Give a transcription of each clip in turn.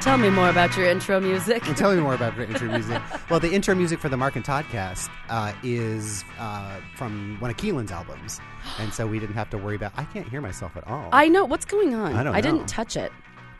Tell me more about your intro music. And tell me more about the intro music. Well, the intro music for the Mark and Toddcast uh, is uh, from one of Keelan's albums, and so we didn't have to worry about. I can't hear myself at all. I know what's going on. I don't know. didn't touch it.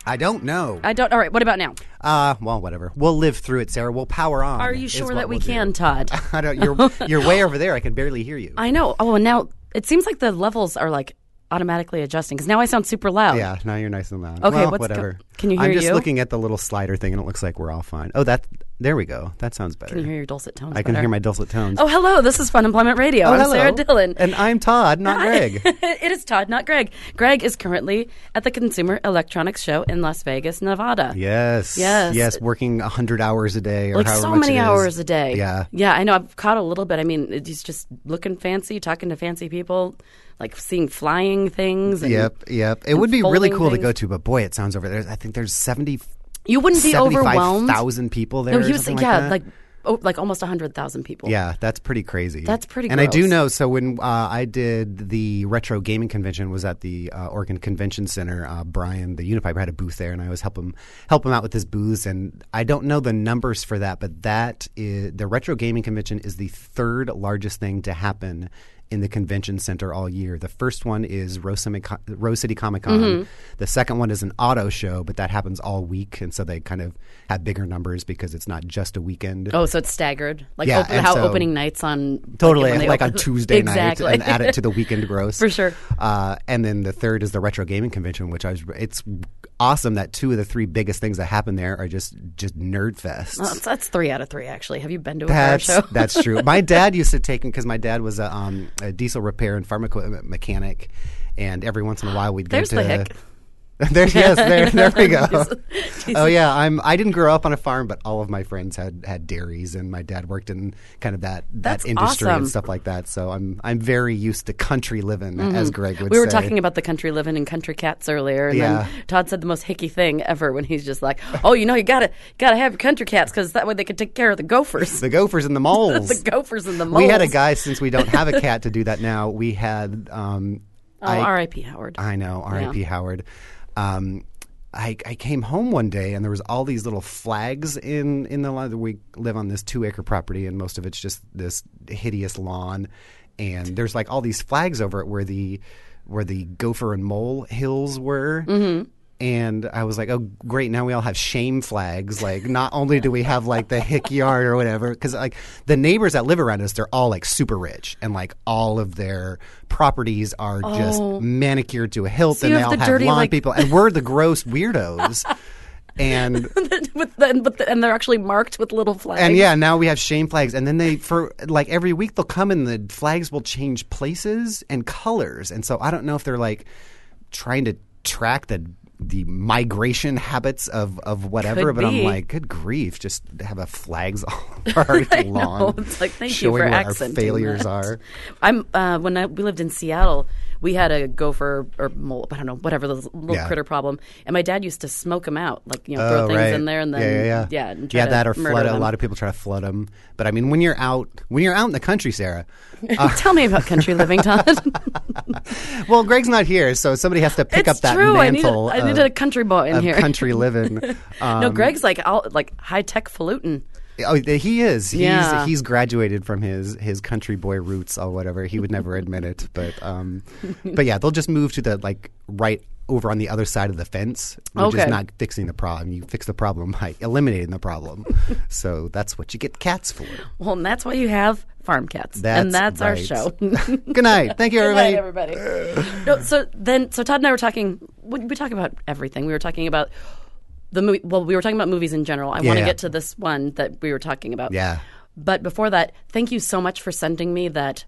I don't know. I don't. All right. What about now? Uh, well, whatever. We'll live through it, Sarah. We'll power on. Are you is sure what that we we'll do. can, Todd? I don't. You're you're way over there. I can barely hear you. I know. Oh, and now it seems like the levels are like automatically adjusting because now I sound super loud. yeah, now you're nice and loud. Okay, well, what's go- whatever. can you hear I'm just you? looking at the little slider thing, and it looks like we're all fine. Oh, that. There we go. That sounds better. Can you hear your dulcet tones? I can better? hear my dulcet tones. Oh, hello. This is Fun Employment Radio. I'm hello. Sarah Dillon. and I'm Todd, not Greg. it is Todd, not Greg. Greg is currently at the Consumer Electronics Show in Las Vegas, Nevada. Yes. Yes. Yes. Working hundred hours a day, or Like however so much many it is. hours a day. Yeah. Yeah, I know. I've caught a little bit. I mean, it- he's just looking fancy, talking to fancy people, like seeing flying things. And Yep. Yep. It would be really folding cool to things. go to, but boy, it sounds over there. I think there's seventy. You wouldn't be overwhelmed. 75,000 people there. No, or he was, something yeah, that. like, oh, like almost 100,000 people. Yeah, that's pretty crazy. That's pretty And I do gross. know. So when uh, I did the retro gaming convention, was at the uh, Oregon Convention Center. Uh, Brian, the Unipiper, had a booth there, and I was help him help him out with his booths. And I don't know the numbers for that, but that is the retro gaming convention is the third largest thing to happen. In the convention center all year. The first one is Rose, Simi- Rose City Comic Con. Mm-hmm. The second one is an auto show, but that happens all week. And so they kind of have bigger numbers because it's not just a weekend. Oh, so it's staggered. Like Yeah, op- and how so- opening nights on Totally, when they like, on open- Tuesday exactly. night, and add it to the weekend gross For sure. Uh, and then the third is the retro gaming convention, which I was. It's awesome that two of the three biggest things that happen there are just just nerd fests. Well, that's, that's three out of three, actually. Have you been to a car That's show? that's true. My dad used to take because my dad was a, um, a diesel repair and farm equipment mechanic, and every once in a while we'd There's go the to. hick. there, yes, there, there we go. Diesel- oh yeah, I'm. I didn't grow up on a farm, but all of my friends had had dairies, and my dad worked in kind of that that That's industry awesome. and stuff like that. So I'm I'm very used to country living, as Greg would. Mm-hmm. We were say. talking about the country living and country cats earlier, and Yeah. then Todd said the most hicky thing ever when he's just like, "Oh, you know, you gotta gotta have your country cats because that way they can take care of the gophers, the gophers and the moles. the gophers and the moles." we had a guy since we don't have a cat to do that now. We had. Um, Oh, I- R.I.P. Howard. I know, R.I.P. Howard. Um, I, I came home one day and there was all these little flags in in the lawn. We live on this two acre property and most of it's just this hideous lawn. And there's like all these flags over it where the where the gopher and mole hills were. And I was like, oh, great. Now we all have shame flags. Like, not only do we have like the hick yard or whatever, because like the neighbors that live around us, they're all like super rich and like all of their properties are just manicured to a hilt Oh. you and they have all the have dirty, lawn like- people. And we're the gross weirdos. and with the, but the, and they're actually marked with little flags. and yeah, now we have shame flags, and then they for like every week they'll come and the flags will change places and colors, and so I don't know if they're like trying to track the the migration habits of of whatever. Could but be. I'm like, good grief, just have a flags all over our lawn. It's like, thank you showing for what our accenting failures that. are. I'm uh, when I, we lived in Seattle, we had a gopher or mole, I don't know, whatever the little Yeah. critter problem, and my dad used to smoke them out, like you know, throw Oh, things right. in there and then yeah, yeah, yeah. and try Yeah, to that or murder flood. Them. A lot of people try to flood them, but I mean, when you're out, when you're out in the country, Sarah. uh, Tell me about country living, Todd. well, Greg's not here, so somebody has to pick it's up that true. I need, a, mantle. I need of- a country boy in of here. country living. Um, no, Greg's like all like high tech falutin. oh, th- he is. He's, Yeah. he's graduated from his his country boy roots or whatever. He would never admit it, but um, but yeah, they'll just move to the like right over on the other side of the fence, which Okay. is not fixing the problem. You fix the problem by eliminating the problem. so that's what you get cats for. Well, and that's why you have farm cats, That's and that's our right. show. Good night. Thank you, everybody. Good night, everybody. no, so then, so Todd and I were talking. We, we talk about everything. We were talking about the movie. Well, we were talking about movies in general. I want to yeah. get to this one that we were talking about. Yeah. But before that, thank you so much for sending me that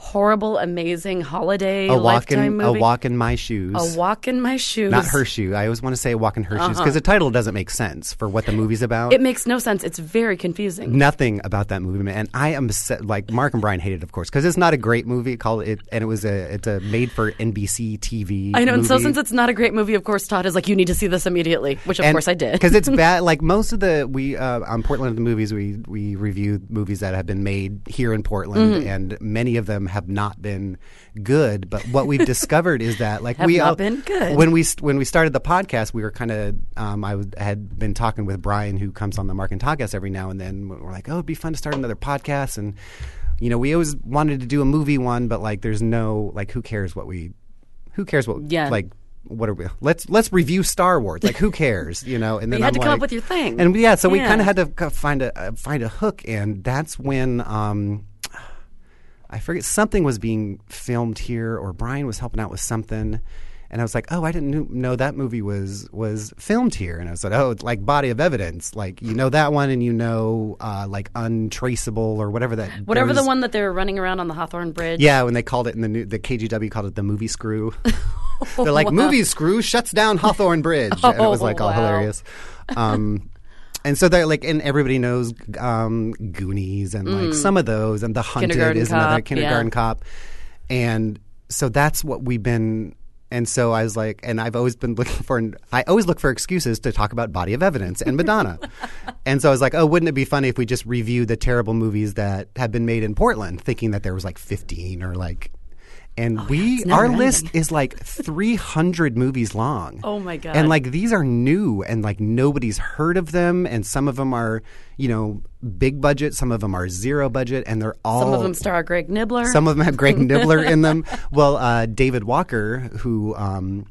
horrible, amazing holiday A walk lifetime in a movie. walk in my shoes. A walk in my shoes. not her shoe. I always want to say a walk in her shoes because the title doesn't make sense for what the movie's about. It makes no sense. It's very confusing. nothing about that movie, man. And I am se- like Mark and Brian hate it, of course, because it's not a great movie. Called it, and it was a it's a made for NBC TV. I know. And so movie. since it's not a great movie, of course, Todd is like, you need to see this immediately, which of course I did. because it's bad. Like most of the we uh, Mm-hmm. on Portland of the movies, we we review movies that have been made here in Portland, and many of them have not been good. But what we've discovered is that like Have we not all- been good. when we st- when we started the podcast, we were kind of um, I was- had been talking with Brian, who comes on the Mark and Podcast every now and then. We're like, oh, it'd be fun to start another podcast, and you know, we always wanted to do a movie one, but like, there's no like, who cares what we, who cares what, Yeah. like. What are we? Let's let's review Star Wars. Like, who cares? You know. And then you had I'm to come up like- with your thing. And yeah, so we Yeah. kind of had to c- find a uh, find a hook, and that's when um, I forget something was being filmed here, or Brian was helping out with something, and I was like, "Oh, I didn't kn- know that movie was was filmed here." And I was like, "Oh, it's like Body of Evidence, like you know that one, and you know uh, like Untraceable or whatever that Whatever there the was- one that they were running around on the Hawthorne Bridge. Yeah, when they called it in the new, the KGW called it the movie screw. They're like, movie screw shuts down Hawthorne Bridge, and it was like all Oh, wow. hilarious. Um, and so they're like, and everybody knows um, Goonies and like some of those, and The Hunted Mm. Kindergarten is another Cop, Kindergarten yeah. Cop, and so that's what we've been. And so I was like, and I've always been looking for, I always look for excuses to talk about Body of Evidence and Madonna. and so I was like, oh, wouldn't it be funny if we just reviewed the terrible movies that have been made in Portland, thinking that there was like 15 or like, and we, Oh, never our ending. list is like 300 movies long. Oh my God. And like these are new and like nobody's heard of them and some of them are, you know, big budget, some of them are zero budget and they're all Some of them star Greg Nibbler. some of them have Greg Nibbler in them. Well, uh, David Walker, who um,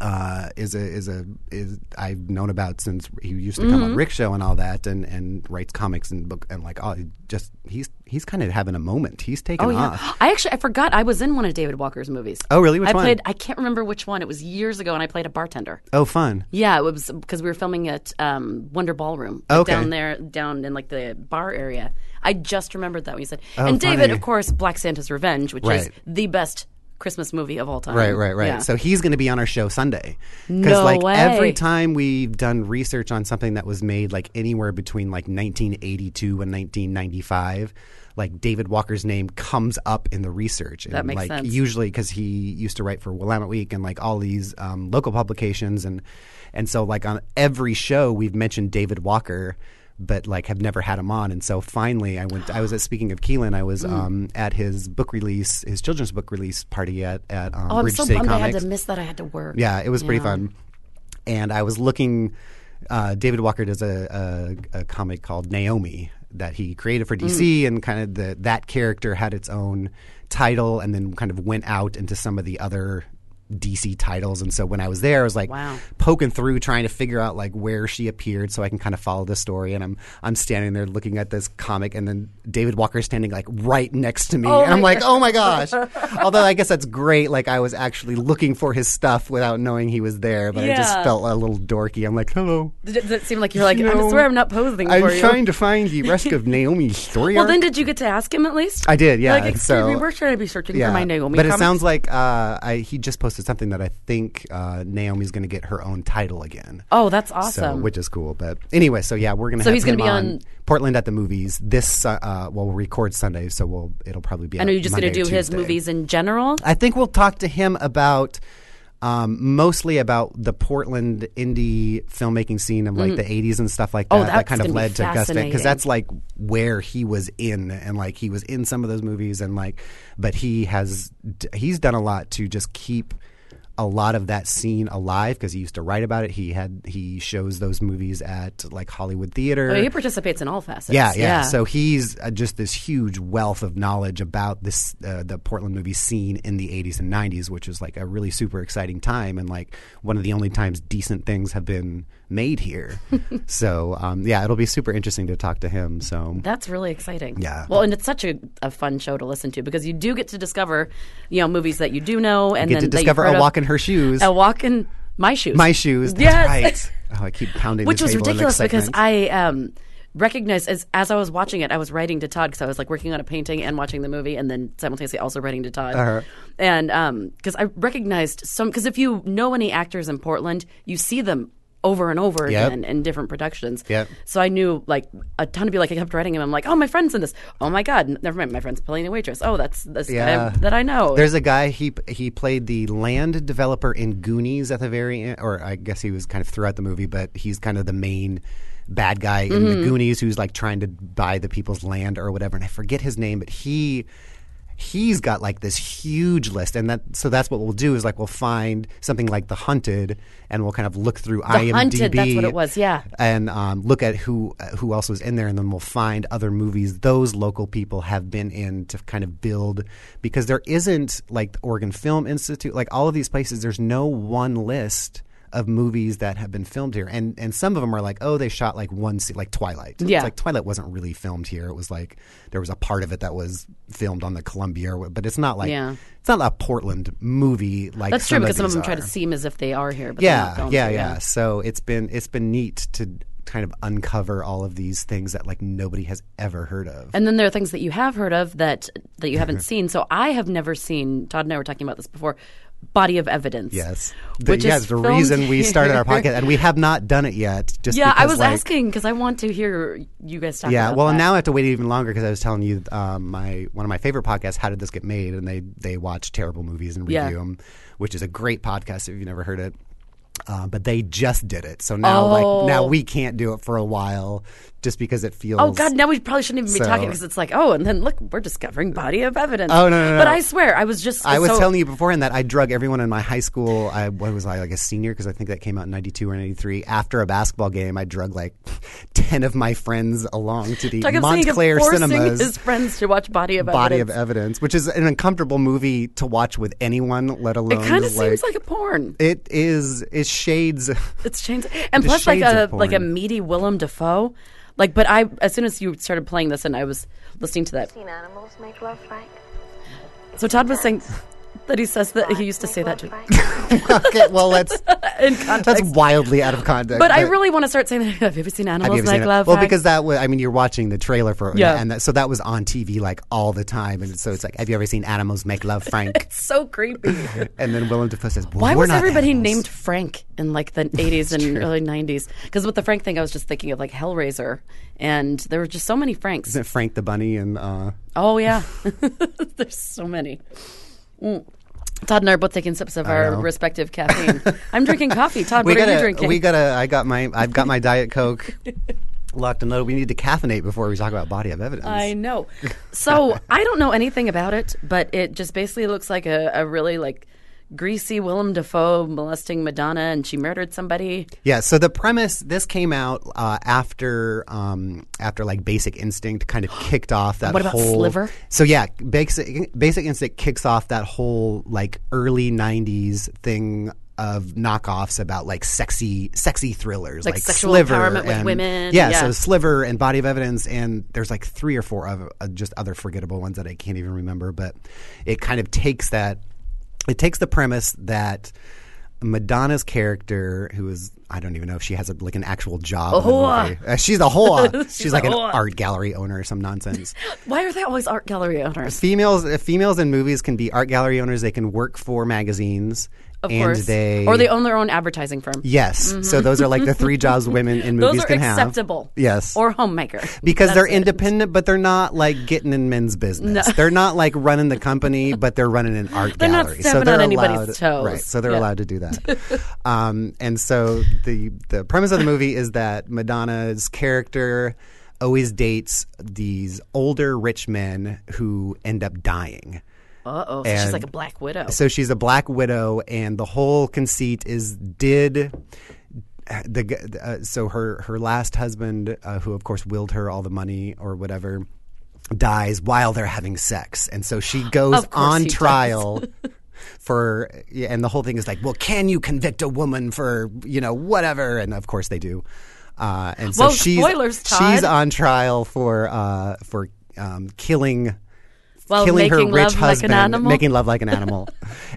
uh, is a is a is I've known about since he used to come Mm-hmm. on Rick Show and all that, and and writes comics and book and like all just he's he's kind of having a moment. He's taken Oh, yeah. off. I actually I forgot I was in one of David Walker's movies. Oh, really? Which I one? played I can't remember which one. It was years ago and I played a bartender. Oh, fun. Yeah, it was because we were filming at um, Wonder Ballroom like, Okay. down there, down in like the bar area. I just remembered that when you said. and David, Oh, funny. of course, Black Santa's Revenge, which is Right. the best Christmas movie of all time. Right, right, right. Yeah. So he's going to be on our show Sunday. Because No like way. every time we've done research on something that was made like anywhere between like 1982 and 1995, like David Walker's name comes up in the research. And, That makes like, sense. Usually because he used to write for Willamette Week and like all these um, local publications and and so like on every show we've mentioned David Walker. But like, have never had him on, and so finally, I went. I was at speaking of Keelan. I Mm. was um, at his book release, his children's book release party at at um, oh, I'm Bridge so City bummed I Comics. had to miss that. I had to work. Yeah, it was pretty fun. And I was looking. Uh, David Walker does a, a, a comic called Naomi that he created for DC, Mm. and kind of the, that character had its own title, and then kind of went out into some of the other DC titles. And so when I was there, I was like Wow. poking through, trying to figure out like where she appeared, so I can kind of follow the story. And I'm I'm standing there looking at this comic, and then David Walker is standing like right next to me, and I'm my like, oh my gosh. Although I guess that's great. Like I was actually looking for his stuff without knowing he was there, but I just Yeah. felt a little dorky. I'm like, hello. Did it, did it seem like you're like? No. I swear I'm not posing I'm for you. trying to find the rest of Naomi's story. well, arc. then did you get to ask him at least? I did, yeah. Like, excuse so, me, where should I be searching for my Naomi? But it comics? sounds like uh, I, he just posted something that I think uh, Naomi's going to get her own title again. Oh, that's So, awesome. which is cool. But anyway, so yeah, we're gonna. So have he's gonna him be on, on- Portland at the movies this. Uh, uh, well, we'll record Sunday, so we'll it'll probably be. I know you're just going to do his movies in general. I think we'll talk to him about um, mostly about the Portland indie filmmaking scene of like the 80s and stuff like that. that Mm-hmm. Oh, that's kind of gonna be led to Gustin because fascinating. that's like where he was in and like he was in some of those movies and like, but he has d- he's done a lot to just keep a lot of that scene alive because he used to write about it. He had he shows those movies at like Hollywood Theater. I mean, Oh, he participates in all facets. Yeah, yeah. So he's uh, just this huge wealth of knowledge about this uh, the Portland movie scene in the 80s and 90s, which is like a really super exciting time and like one of the only times decent things have been made here. so um, yeah, it'll be super interesting to talk to him. So That's really exciting. Yeah. Well, and it's such a, a fun show to listen to because you do get to discover, you know, movies that you do know, and get then to that you've discover heard a of. walk in her shoes, a walk in my shoes, my shoes. That's Yes. right. Oh, I keep pounding, which the was table in ridiculous because excitement. I um, recognized as as I was watching it, I was writing to Todd because I was like working on a painting and watching the movie, and then simultaneously also writing to Todd, Uh-huh. and because I recognized some because if you know any actors in Portland, you see them. Over and over Yep. again in different productions. Yep. So I knew like a ton of people. Like I kept writing him. I'm like, oh, my friend's in this. Oh my god, n- never mind. My friend's playing a waitress. Oh, that's that's Yeah. that I know. There's a guy he he played the land developer in Goonies at the very end, or I guess he was kind of throughout the movie, but he's kind of the main bad guy in Mm-hmm. the Goonies who's like trying to buy the people's land or whatever. And I forget his name, but he he's got like this huge list, and that so that's what we'll do is like we'll find something like The Hunted, and we'll kind of look through IMDb. Hunted, that's what it was, yeah. and um, look at who uh, who else was in there, and then we'll find other movies those local people have been in to kind of build because there isn't like the Oregon Film Institute, like all of these places. There's no one list of movies that have been filmed here, and and some of them are like, oh, they shot like one scene, like Twilight. Yeah. it's like Twilight wasn't really filmed here. It was like there was a part of it that was filmed on the Columbia, or wh- but it's not like Yeah. it's not a Portland movie. Like That's true because some of these them try are. to seem as if they are here. But they're not Yeah, filmed yeah, here, yeah. So it's been it's been neat to kind of uncover all of these things that like nobody has ever heard of. And then there are things that you have heard of that that you haven't seen. So I have never seen. Todd and I were talking about this before. Body of evidence. Yes, Which yeah, is it's the filmed reason we started our here. podcast, and we have not done it yet. Just Yeah, I because, was like, asking because I want to hear you guys talk. Yeah, about well, and that. now I have to wait even longer because I was telling you um, my one of my favorite podcasts, How Did This Get Made, and they they watch terrible movies and review Yeah. them, which is a great podcast if you've never heard it. Uh, but they just did it, so now Oh. like now we can't do it for a while just because it feels. Oh God! Now we probably shouldn't even be So- talking because it's like, oh, and then look, we're discovering body of evidence. Oh, no, no, no. But I swear, I was just. I was so- telling you beforehand that I drug everyone in my high school. I what was I like a senior because I think that came out in '92 or '93. After a basketball game, I drug like ten of my friends along to the Talk of seeing Montclair him forcing Cinemas. his friends to watch body of body evidence. of evidence, which is an uncomfortable movie to watch with anyone, let alone It kind of like, seems like a porn. it is. It shades. It's chains, and plus like shades a of like a porn. meaty Willem Dafoe. Like, but I as soon as you started playing this and I was listening to that, Seen animals make love, Frank. so Todd was saying that he says that he used to Make say that love, to Frank. okay, well, that's in context. that's wildly out of context. but I really want to start saying that. Have you ever seen Have Animals you ever Like seen it? Love? well, Hack? because that was, I mean, you're watching the trailer for it, Yeah. and that, so that was on TV like all the time, and so it's like, have you ever seen Animals Make Love, Frank? it's so creepy. and then Willem Dafoe says, well, Why we're was not everybody animals. named Frank in like the 80s and early 90s? Because with the Frank thing, I was just thinking of like Hellraiser, and there were just so many Franks. Isn't it Frank the Bunny and uh, Oh yeah, there's so many. Mm. Todd and I are both taking sips of our know. respective caffeine. I'm drinking coffee. Todd, we what gotta are you drinking? we gotta I got my I've got my Diet Coke locked and loaded. We need to caffeinate before we talk about body of evidence. I know. So I don't know anything about it, but it just basically looks like a, a really like greasy Willem Dafoe molesting Madonna, and she murdered somebody. Yeah. So the premise this came out uh, after um, after like Basic Instinct kind of kicked off that. What about whole, Sliver? So yeah, Basic Basic Instinct kicks off that whole like early '90s thing of knockoffs about like sexy sexy thrillers Like like, sexual Sliver empowerment with and- women, Yeah, yeah. So Sliver and Body of Evidence, and there's like three or four of uh, just other forgettable ones that I can't even remember. But it kind of takes that it takes the premise that Madonna's character, who is I don't even know if she has a, like an actual job. in the whore. movie. Uh, she's a whore. she's, She's like a an whore. art gallery owner or some nonsense. Why are they always art gallery owners? females uh, females in movies can be art gallery owners. They can work for magazines. Of and course, they or they own their own advertising firm. Yes. So those are like the three jobs women in Those movies are can have. acceptable. Yes. or homemaker because they're That's it. independent, but they're not like getting in men's business. They're not like running the company, but they're running an art They're not gallery. stepping on anybody's allowed, toes. Right, so they're Yeah. allowed to do that. um, and so the the premise of the movie is that Madonna's character always dates these older rich men who end up dying. Uh oh, so she's And like a black widow. So she's a black widow, and the whole conceit is did the g- uh, so her her last husband, uh, who of course willed her all the money or whatever, dies while they're having sex, and so she goes Of course on he does. trial. For yeah, and the whole thing is like, well, can you convict a woman for you know whatever? And of course they do. Uh, and so Well, she's spoilers, she's Todd. on trial for uh, for um, killing While killing her making rich love like an husband, animal? making love like an animal.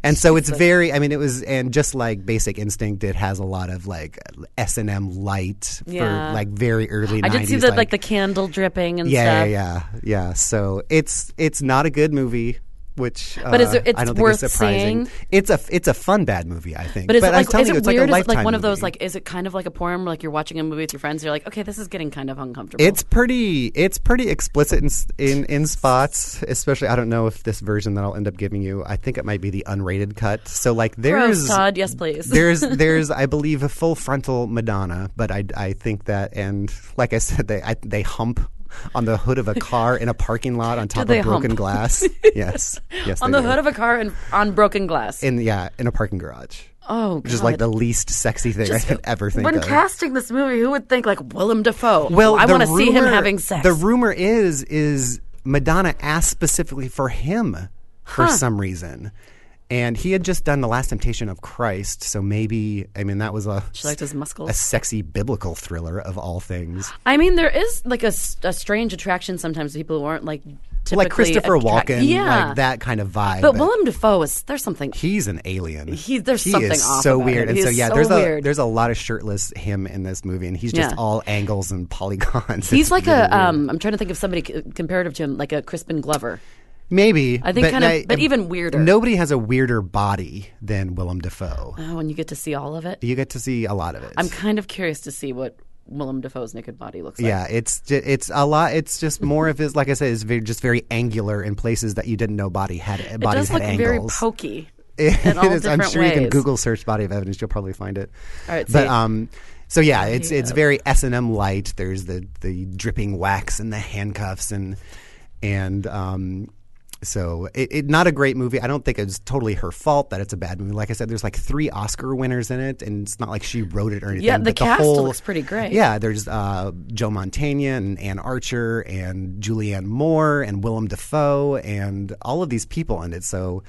and so it's very, I mean, it was, and just like Basic Instinct, it has a lot of like S and M light Yeah. for like very early. I did see 90s, the like, the candle dripping and yeah, stuff. yeah, yeah, yeah. So it's it's not a good movie. Which, uh, But is it- it's I don't worth think is surprising. seeing? It's a it's a fun bad movie, I think. But is it I'm like telling is you, it it's weird? like a is it like Lifetime one of those movie. like is it kind of like a porn where, like you're watching a movie with your friends? You're like, okay, this is getting kind of uncomfortable. It's pretty. It's pretty explicit in, s- in in spots, especially. I don't know if this version that I'll end up giving you. I think it might be the unrated cut. So like, gross, there's Todd. Yes, please. there's there's I believe a full frontal Madonna, but I I think that and like I said, they I, they hump on the hood of a car in a parking lot on top they of broken hump? glass. yes, yes. on the hood of a car and on broken glass. in yeah in a parking garage. oh, Which is like the least sexy thing I could ever think when of. casting this movie, who would think like Willem Dafoe? Well, I the want to see him rumor- having sex. The rumor is is Madonna asked specifically for him for some reason. And he had just done The Last Temptation of Christ, so maybe I mean that was a she liked his a muscles. sexy biblical thriller of all things. I mean, there is like a, s- a strange attraction sometimes to people who aren't like typically Like Christopher attract- Walken, yeah. like that kind of vibe. But Willem Dafoe is there's something. he's an alien. He- there's he something is off so about weird. him. And He so is yeah, so there's a weird. there's a lot of shirtless him in this movie and he's just Yeah. all angles and polygons. He's It's like really a. weird. Um, I'm trying to think of somebody c- comparative to him, like a Crispin Glover. Maybe. I think but kind of- I- but even weirder. Nobody has a weirder body than Willem Dafoe. Oh, and you get to see all of it. You get to see a lot of it. I'm kind of curious to see what Willem Dafoe's naked body looks like. yeah, it's ju- it's a lot. It's just more of his, like I said, it's very, just very angular in places that you didn't know body had it bodies does look had very angles. pokey. It in all is. I'm different sure you can ways. Google search body of evidence. You'll probably find it. All right, but see. um, so yeah, it's it's very S and M light. There's the the dripping wax and the handcuffs and and um. So it, it not a great movie. I don't think it's totally her fault that it's a bad movie. Like I said, there's like three Oscar winners in it, and it's not like she wrote it or anything. Yeah, the but cast the whole, looks pretty great. Yeah, there's uh, Joe Montana and Ann Archer and Julianne Moore and Willem Dafoe and all of these people in it. So,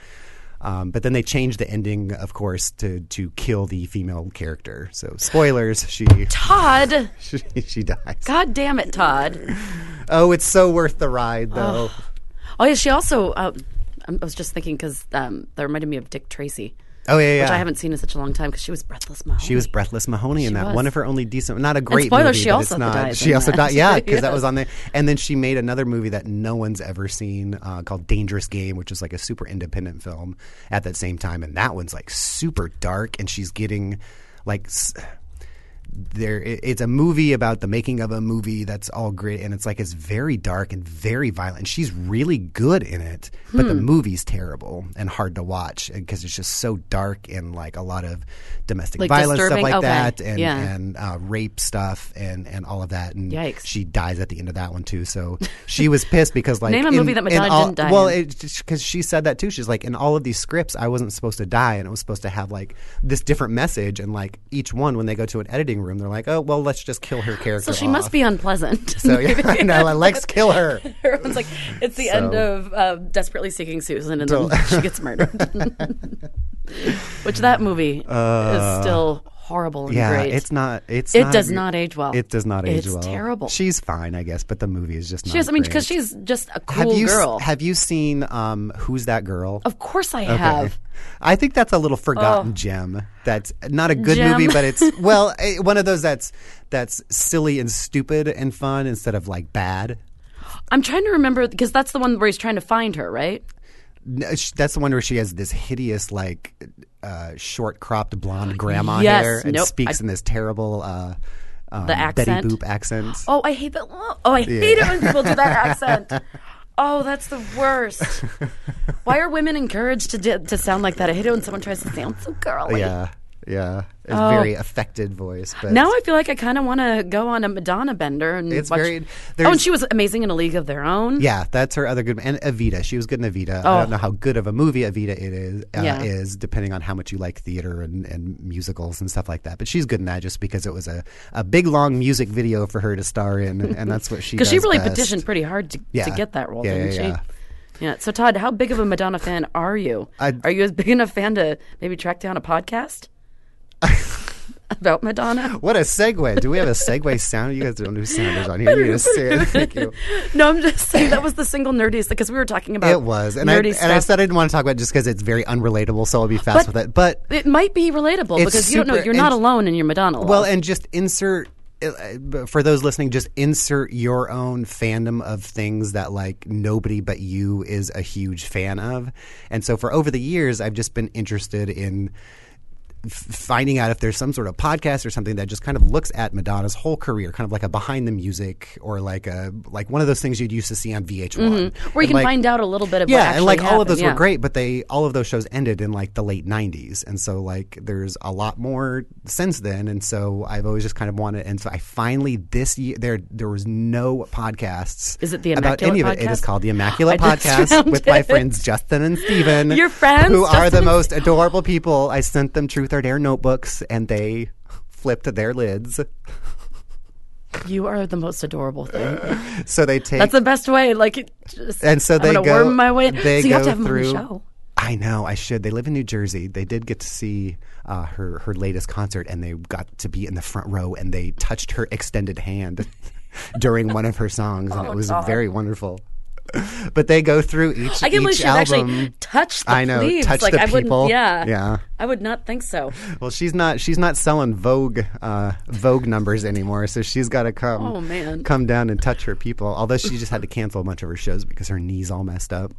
um, but then they changed the ending, of course, to to kill the female character. So spoilers, she Todd, she, she dies. God damn it, Todd. Oh, it's so worth the ride though. Oh yeah, she also. Uh, I was just thinking because um, that reminded me of Dick Tracy, Oh yeah, yeah. which I haven't seen in such a long time because she was breathless. Mahoney. She was Breathless Mahoney in that. was. One of her only decent, not a great spoiler, movie. she but also it's not, dies She in also that. died, yeah, because that Yes. was on there. And then she made another movie that no one's ever seen uh, called Dangerous Game, which is like a super independent film at that same time. And that one's like super dark, and she's getting like. s- There, it- it's a movie about the making of a movie that's all grit, and it's like it's very dark and very violent. And she's really good in it, but Hmm. the movie's terrible and hard to watch because it's just so dark and like a lot of domestic Like violence disturbing? stuff like Okay. that and Yeah. and uh, rape stuff and and all of that and Yikes. she dies at the end of that one too so she was pissed because like Name a movie that in Madonna all- didn't die well in. because she said that too she's like in all of these scripts I wasn't supposed to die and it was supposed to have like this different message and like each one when they go to an editing room they're like oh well let's just kill her character so she must off." be unpleasant. so yeah I know and let's kill her Everyone's like, it's the end So- of uh, Desperately Seeking Susan, and then she gets murdered. Which that movie is still horrible and Uh, yeah great. it's not it's It not does gr- not age well. it does not age It's well terrible. she's fine I guess but the movie is just not she is, I mean, great. because she's just a Have cool you s- girl. have you seen um, Who's That Girl? of course, I have. I think that's a little forgotten gem. That's not a good Oh. Gem. movie, but it's well, eh, one of those that's that's silly and stupid and fun instead of like bad. I'm trying to remember because that's the one where he's trying to find her, right? N- uh, sh- That's the one where she has this hideous like uh, short cropped blonde grandma Yes, hair and nope, speaks in this terrible uh, um, accent? Betty Boop accent. Oh, I hate that. Oh, I hate it when people do that accent. Oh, that's the worst. Why are women encouraged to di- to sound like that? I hate it when someone tries to sound so girly. Yeah, yeah, it's a very affected voice. But Oh. Now I feel like I kind of want to go on a Madonna bender and It's watch. very- oh, and there's- she was amazing in A League of Their Own. Yeah, that's her other good. And Evita, she was good in Evita. I don't know how good of a movie Evita it is. Uh, Oh. Yeah. is depending on how much you like theater and, and musicals and stuff like that. But she's good in that just because it was a, a big long music video for her to star in, and that's what she. because she does really best. petitioned pretty hard to, Yeah. to get that role, Yeah, didn't yeah, yeah. she? Yeah. So Todd, how big of a Madonna fan are you? I- are you as big enough fan to maybe track down a podcast about Madonna? What a segue! Do we have a segue sound? You guys don't do sounders on here. You need to say it. Thank you. No, I'm just saying that was the single nerdiest because we were talking about It was, and I nerdy and stuff. I said I didn't want to talk about it just because it's very unrelatable. So I'll be fast But- with it. But it might be relatable It's because you don't know super- you're not it's- alone in your Madonna. Love. Well, and just insert uh, for those listening, just insert your own fandom of things that like nobody but you is a huge fan of. And so for over the years, I've just been interested in f- finding out if there's some sort of podcast or something that just kind of looks at Madonna's whole career, kind of like a behind the music or like a like one of those things you'd used to see on VH1, Mm-hmm. Where you And, can like, find out a little bit about yeah, and like all of those yeah. were great, but they all of those shows ended in like the late '90s, and so like there's a lot more since then, and so I've always just kind of wanted, and so I finally this year there there was no podcasts. Is it the about any of Immaculate it? It is Podcast? called the Immaculate I just Podcast found with my it. friends Justin and Steven. Your friends, who are Justin the and most adorable people. I sent them Truth or Dare notebooks, and they flipped their lids. You are the most adorable thing. So they take That's the best way. Like, it just, Uh, And so I'm they gonna go- worm my way. in. they so you have go to have them on the through- show. I know. I should. They live in New Jersey. They did get to see uh, her her latest concert, and they got to be in the front row, and they touched her extended hand during one of her songs, and it was Oh, God. very wonderful. But they go through each I can't believe each she's actually album. touched the I know, leaves. touched like, the I people. Wouldn't, yeah. Yeah. I would not think so. Well, she's not she's not selling Vogue uh, Vogue numbers anymore, so she's got to come Oh, man. come down and touch her people. Although she just had to cancel a bunch of her shows because her knees all messed up.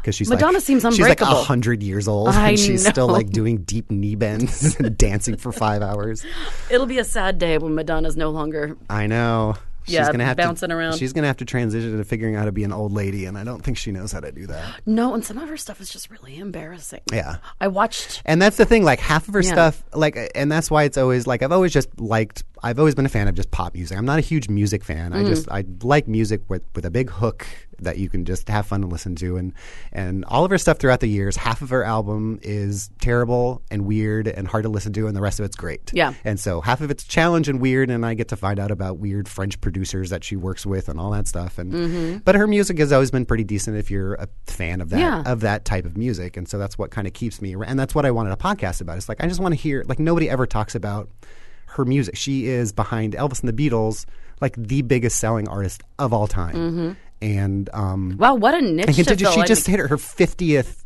Because she's Madonna like, seems She's unbreakable. like hundred years old, I and she's still know. like doing deep knee bends and dancing for five hours. It'll be a sad day when Madonna's no longer. I know. She's Yeah, gonna have bouncing to, around. She's gonna have to transition to figuring out how to be an old lady, and I don't think she knows how to do that. No, and some of her stuff is just really embarrassing. Yeah. I watched. And that's the thing, like half of her Yeah. stuff, like, and that's why it's always like I've always just liked. I've always been a fan of just pop music. I'm not a huge music fan. I just I like music with with a big hook that you can just have fun to listen to. And and all of her stuff throughout the years, half of her album is terrible and weird and hard to listen to, and the rest of it's great. Yeah. And so half of it's challenge and weird, and I get to find out about weird French producers that she works with and all that stuff. And Mm-hmm. but her music has always been pretty decent if you're a fan of that Yeah. of that type of music, and so that's what kind of keeps me. around. And that's what I wanted a podcast about. It's like I just want to hear like nobody ever talks about her music. She is behind Elvis and the Beatles, like the biggest selling artist of all time. Mm-hmm. And um, Wow, what a niche! and to did you- fill. she I just mean- hit her fiftieth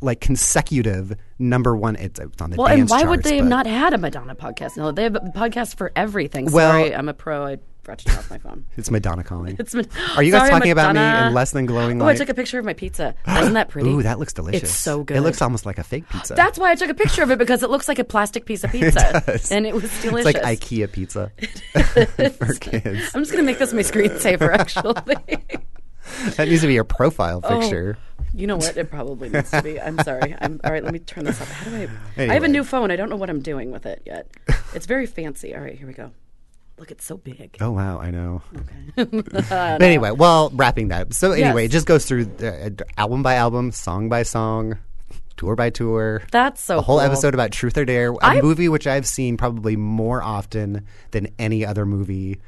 like consecutive number one. It's it's on the well, and dance why would charts, they have but- not had a Madonna podcast? No, they have a podcast for everything. Well- Sorry, I'm a pro. I forgot to turn off my phone. It's Madonna calling. It's been, Are you guys Sorry, talking about me Madonna. in less than glowing Oh, I light? took a picture of my pizza. Isn't that pretty? Ooh, that looks delicious. It's so good. It looks almost like a fake pizza. That's why I took a picture of it because it looks like a plastic piece of pizza, does. and it was it's delicious. like IKEA pizza for kids. I'm just gonna make this my screensaver. Actually, That needs to be your profile Oh. picture. you know what? It probably needs to be. I'm sorry. I'm all right. Let me turn this up. How do I? I have Anyway. a new phone. I don't know what I'm doing with it yet. It's very fancy. All right, here we go. Look, it's so big. Uh, Oh wow, I know. But anyway, well, wrapping that. up. So anyway, Yes. it just goes through uh, album by album, song by song, tour by tour. That's so a whole cool. episode about Truth or Dare, a I- movie which I've seen probably more often than any other movie,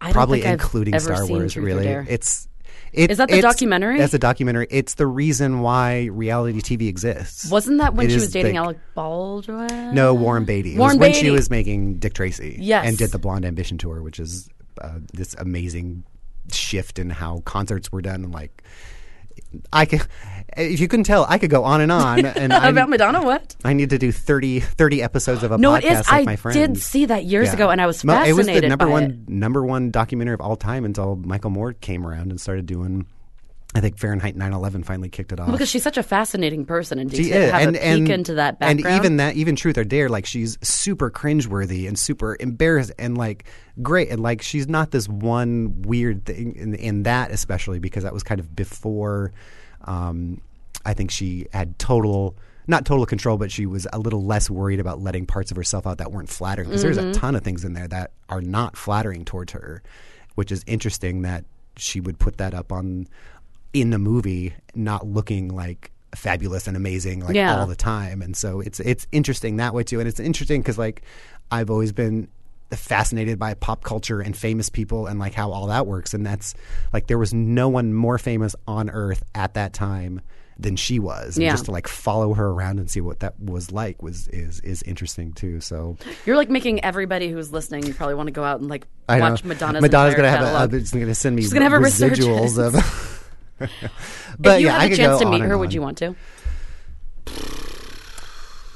I don't probably think I've including ever Star seen Wars. Truth or really, Dare. it's it, Is that the it's- documentary? That's a documentary. It's the reason why reality TV exists. Wasn't that when It she is was dating the- Alec Baldwin? No, Warren Beatty. It Warren was when she Beatty. was making Dick Tracy. Yes. And did the Blonde Ambition tour, which is uh, this amazing shift in how concerts were done. And like, I could, if you couldn't tell, I could go on and on. And About I, Madonna, what? I need to do 30, 30 episodes of a No, podcast it is. like I my friends. did see that years Yeah. ago, and I was Mo- fascinated. It was the number by one it. number one documentary of all time until Michael Moore came around and started doing. I think Fahrenheit 9/11 finally kicked it off. because she's such a fascinating person, and to She is. have and, a peek and- into that background. And even that, even Truth or Dare, like she's super cringeworthy and super embarrassed and like great. And like she's not this one weird thing in, in that, especially because that was kind of before um, I think she had total. Not total control, but she was a little less worried about letting parts of herself out that weren't flattering. Because there's a ton of things in there that are not flattering towards her, which is interesting that she would put that up on in the movie, not looking like fabulous and amazing like Yeah. all the time and so it's it's interesting that way too and it's interesting because like i've always been fascinated by pop culture and famous people and like how all that works and that's like there was no one more famous on earth at that time than she was and Yeah. just to like follow her around and see what that was like was is is interesting too so You're like making everybody who's listening you probably want to go out and like I watch know. Madonna's. Madonna's entire gonna have catalog. a, uh, it's gonna send me She's gonna have a residuals of if but you yeah had I the could chance go to meet on and her, would on. you want to?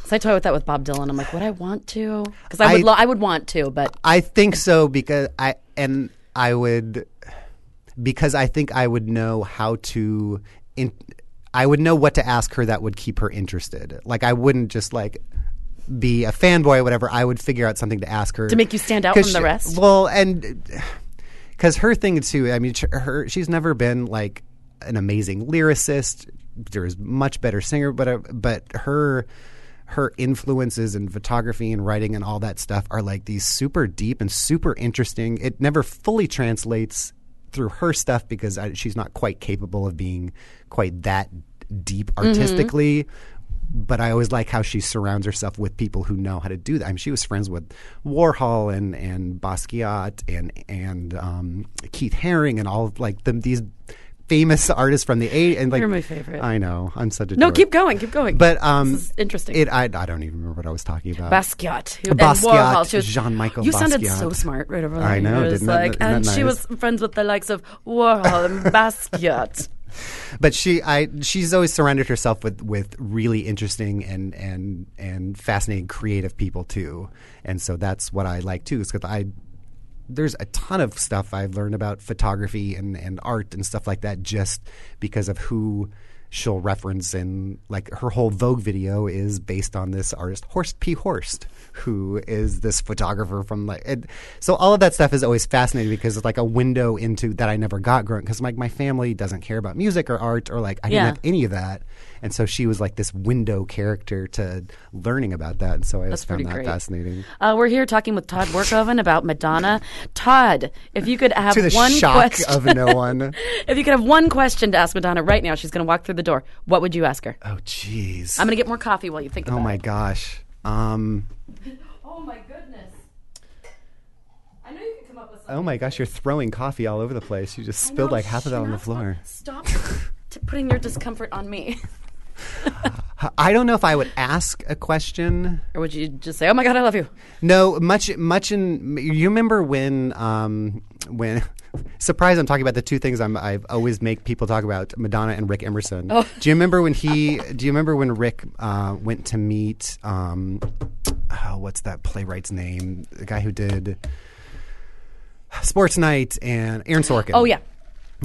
'Cause I toy with that with Bob Dylan. I'm like, would I want to? Because I would, I- lo- I would want to, but I think so because I and I would because I think I would know how to in, I would know what to ask her that would keep her interested. Like I wouldn't just like be a fanboy or whatever, I would figure out something to ask her To make you stand out 'Cause from the she- rest? Well, and because her thing too, I mean, sh- her she's never been like an amazing lyricist. There's much better singer, but uh, but her her influences in photography and writing and all that stuff are like these super deep and super interesting. It never fully translates through her stuff because I, she's not quite capable of being quite that deep artistically. But I always like how she surrounds herself with people who know how to do that. I mean, she was friends with Warhol and and Basquiat and and um, Keith Haring and all of like them these famous artists from the eight. And like You're my favorite. I know I'm such a No, dork. keep going, keep going. But um, This is interesting. It I, I don't even remember what I was talking about. Basquiat, who, Basquiat, and Warhol. She was, Jean-Michael You sounded Basquiat. so smart right over there. I know, It was didn't that- like, isn't that and she was nice? friends with the likes of Warhol and Basquiat. but she I she's always surrounded herself with with really interesting and and and fascinating creative people too and so that's what I like too is because I there's a ton of stuff I've learned about photography and and art and stuff like that just because of who she'll reference and like her whole Vogue video is based on this artist Horst P Horst who is this photographer from like and so all of that stuff is always fascinating because it's like a window into that I never got growing because like my family doesn't care about music or art or like I Yeah. didn't have any of that and so she was like this window character to learning about that and so I always That's found pretty that great. fascinating Uh, we're here talking with Todd Workoven about Madonna. Todd, if you could have to the one shock question, of no one. if you could have one question to ask Madonna right now, she's going to walk through the door. What would you ask her? Oh jeez. I'm going to get more coffee while you think Oh about my it. gosh. Um, Oh my goodness! I know you can come up with something. oh my gosh, you're throwing coffee all over the place. You just spilled No, like half of you're that on the not floor. supposed- Stop t- putting your discomfort on me. I don't know if I would ask a question. or would you just say, "Oh my God, I love you"? No, much, much in. You remember when, um, when. Surprise! I'm talking about the two things I'm, I've always make people talk about: Madonna and Rick Emerson. Oh. Do you remember when he? Do you remember when Rick uh, went to meet? Um, oh, what's that playwright's name? The guy who did Sports Night and Aaron Sorkin. Oh yeah.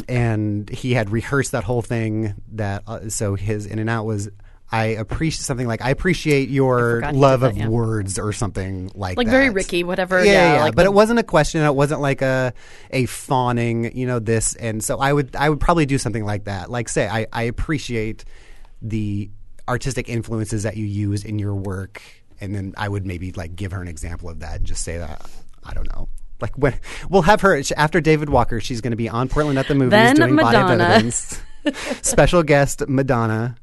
and he had rehearsed that whole thing that uh, so his in and out was I appreciate something like I appreciate your forgot he love did that, of yeah. words or something like Like that. very Ricky, whatever, Yeah, yeah, yeah, like but the- it wasn't a question. It wasn't like a a fawning, you know, this and so I would I would probably do something like that. Like say I I appreciate the artistic influences that you use in your work and then I would maybe like give her an example of that and just say that I don't know. Like when we'll have her after David Walker, she's going to be on Portland at the movies Then doing body Madonna. of evidence. Special guest Madonna.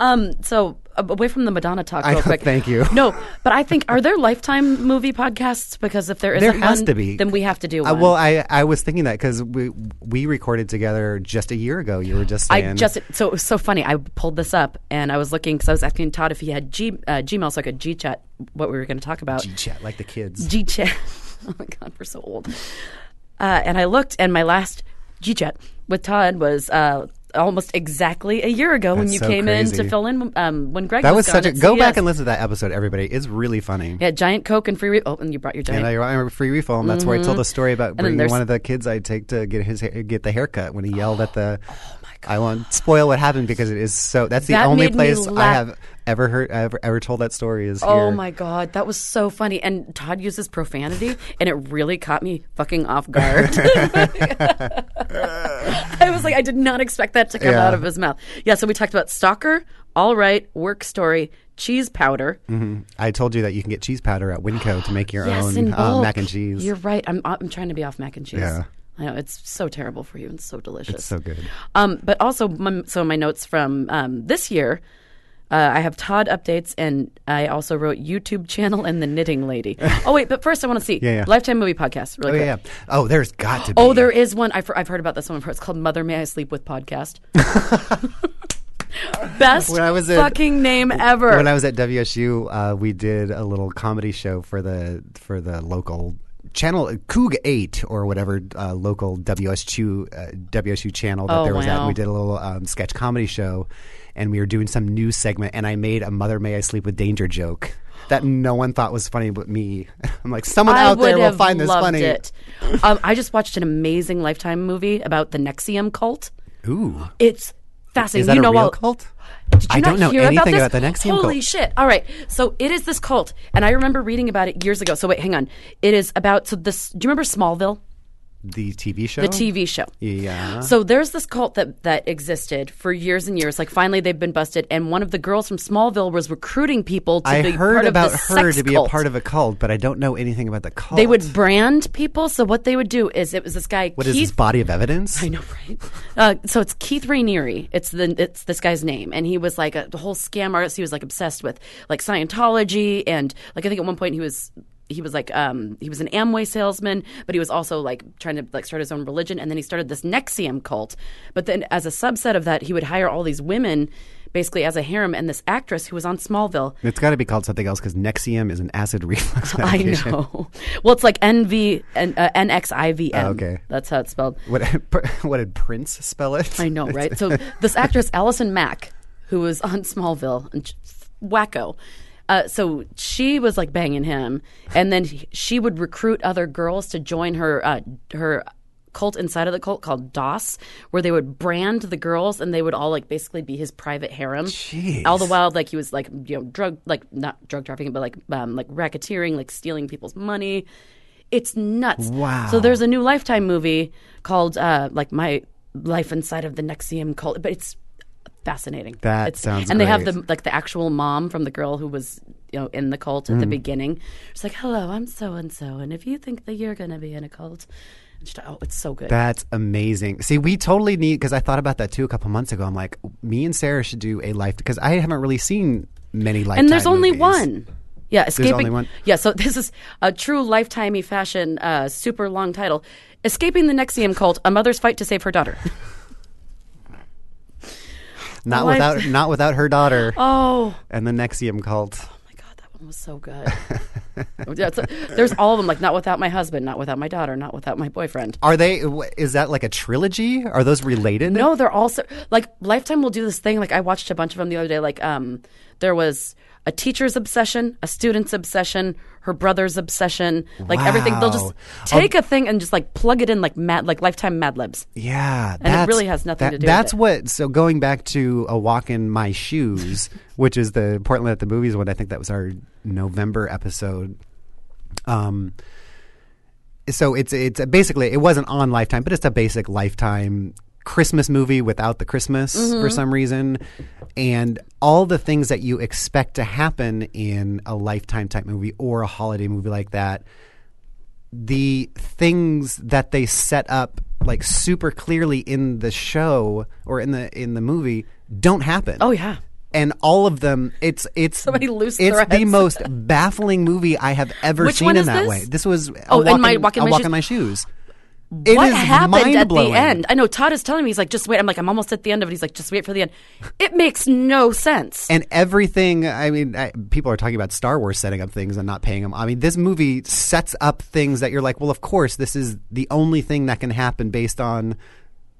Um. So a- away from the Madonna talk, real know, quick. thank you. No, but I think are there Lifetime movie podcasts? Because if there isn't, There has one, to be. Then we have to do Uh, one. well, I, I was thinking that because we we recorded together just a year ago. You were just saying I just so it was so funny. I pulled this up and I was looking because I was asking Todd if he had G, uh, Gmail so I could G-chat what we were going to talk about. chat like the kids. G chat. oh my god, we're so old. Uh, and I looked, and my last G chat with Todd was uh, almost exactly a year ago when That's you so came in to crazy. fill in um, when Greg. That was was, such gone a at E go back CES. and listen to that episode. Everybody, it's really funny. yeah, giant Coke and free. Re- oh, and you brought your And giant. I remember free refill, and that's where I told the story about Mm-hmm. then bringing there's- one of the kids I take to get his hair, get the haircut when he yelled at the. I won't spoil what happened because it is so. That's the Oh, That only made me place I laugh. have ever heard ever, ever told that story is Oh here. my god, that was so funny! And Todd uses profanity, and it really caught me fucking off guard. I was like, I did not expect that to come Yeah. out of his mouth. Yeah, so we talked about stalker, all right, work story, cheese powder, Mm-hmm. I told you that you can get cheese powder at Winco to make your Yes, own in uh, bulk. mac and cheese. You're right. I'm I'm trying to be off mac and cheese. Yeah. I know it's so terrible for you and so delicious. so good. Um, but also, my, so my notes from um, this year, uh, I have Todd updates, and I also wrote YouTube channel and the Knitting Lady. oh wait, but first I want to see Yeah, yeah. Lifetime movie podcast. Really Oh quick. yeah. Oh, there's got to be. Oh, there is one. I've, I've heard about this one before. It's called Mother May I Sleep With podcast. Best When I was at- fucking name ever. When I was at WSU, uh, we did a little comedy show for the for the local channel Coog Eight or whatever uh, local WSU uh, WSU channel that Oh, there was at. wow. We did a little um, sketch comedy show, and we were doing some news segment, and I made a "Mother May I Sleep with Danger" joke that no one thought was funny but me. I'm like, someone I out would there will have find this loved funny. it. um, I just watched an amazing Lifetime movie about the Nexium cult. Ooh, It's fascinating. Is that you know, a real all- cult? Did you I not don't know hear anything about, this? about the Nexium Holy cult. shit! All right, so it is this cult, and I remember reading about it years ago. So wait, hang on. It is about so this. Do you remember Smallville, The TV show. the TV show? Mm. Yeah. So there's this cult that that existed for years and years. Like finally they've been busted, and one of the girls from Smallville was recruiting people to I be heard part about of the her sex to be cult. a part of a cult, but I don't know anything about the cult. They would brand people. So what they would do is it was this guy What is Keith this body of evidence? I know, right? Uh, so it's Keith Rainieri. It's the it's this guy's name, and he was like a the whole scam artist. He was like obsessed with like Scientology, and like I think at one point he was he was like um he was an Amway salesman, but he was also like trying to like start his own religion, and then he started this Nexium cult. But then as a subset of that, he would hire all these women. Basically, as a harem, and this actress who was on Smallville, It's got to be called something else because Nexium is an acid reflux I medication. know. Well, it's like NV and uh, NXIVM. Oh, okay. that's how it's spelled. What, what did Prince spell it? I know, right? So this actress Allison Mack, who was on Smallville and sh- wacko, uh, so she was like banging him, and then he- she would recruit other girls to join her uh, her cult inside of the cult called DOS, where they would brand the girls and they would all like basically be his private harem. Jeez. All the while, like he was like you know drug like not drug trafficking, but like um, like racketeering, like stealing people's money. It's nuts. Wow. So there's a new Lifetime movie called uh, like My Life Inside of the Nexium Cult, but it's fascinating. That it's, sounds And they have great. the like the actual mom from the girl who was you know in the cult Mm-hmm. at the beginning. She's like, "Hello, I'm so and so, and if you think that you're gonna be in a cult." And she's like, Oh, it's so good. That's amazing. See, we totally need because I thought about that too a couple months ago. I'm like, me and Sarah should do a life because I haven't really seen many lifetime. and there's only movies. one. Yeah, escaping. only one? Yeah, so this is a true lifetimey fashion, uh, super long title, escaping the Nexium cult: a mother's fight to save her daughter. Not Life- without not without her daughter Oh, and the Nexium cult. Oh my god, that one was so good. Yeah, it's- there's all of them. Like, not without my husband, not without my daughter, not without my boyfriend. Are they? wh- Is that like a trilogy? Are those related? No, they're also like Lifetime will do this thing. Like, I watched a bunch of them the other day. Like, um, there was a teacher's obsession, a student's obsession, her brother's obsession. Like everything, they'll just Wow. Um, take a thing and just like plug it in like mad, like Lifetime Mad Libs. Yeah, it really has nothing to do with That's it. what. So going back to a walk in my shoes, which is the Portland at the movies one. I think that was our November episode. Um, so it's it's basically it wasn't on Lifetime, but it's a basic Lifetime Christmas movie without the Christmas Mm-hmm. for some reason, and all the things that you expect to happen in a Lifetime type movie or a holiday movie like that the things that they set up like super clearly in the show or in the in the movie don't happen. Oh yeah. And all of them, it's it's so many loose It's the threads. most baffling movie I have ever Which seen one in is that this? way. This was a Oh, and walk my- in, Walk in a My walk Shoes. in my shoes. It what is happened at the mind-blowing. end? I know Todd is telling me he's like, just wait. I'm like, I'm almost at the end of it. He's like, just wait for the end. It makes no sense. and everything i mean I, people are talking about star wars setting up things and not paying them i mean this movie sets up things that you're like well of course this is the only thing that can happen based on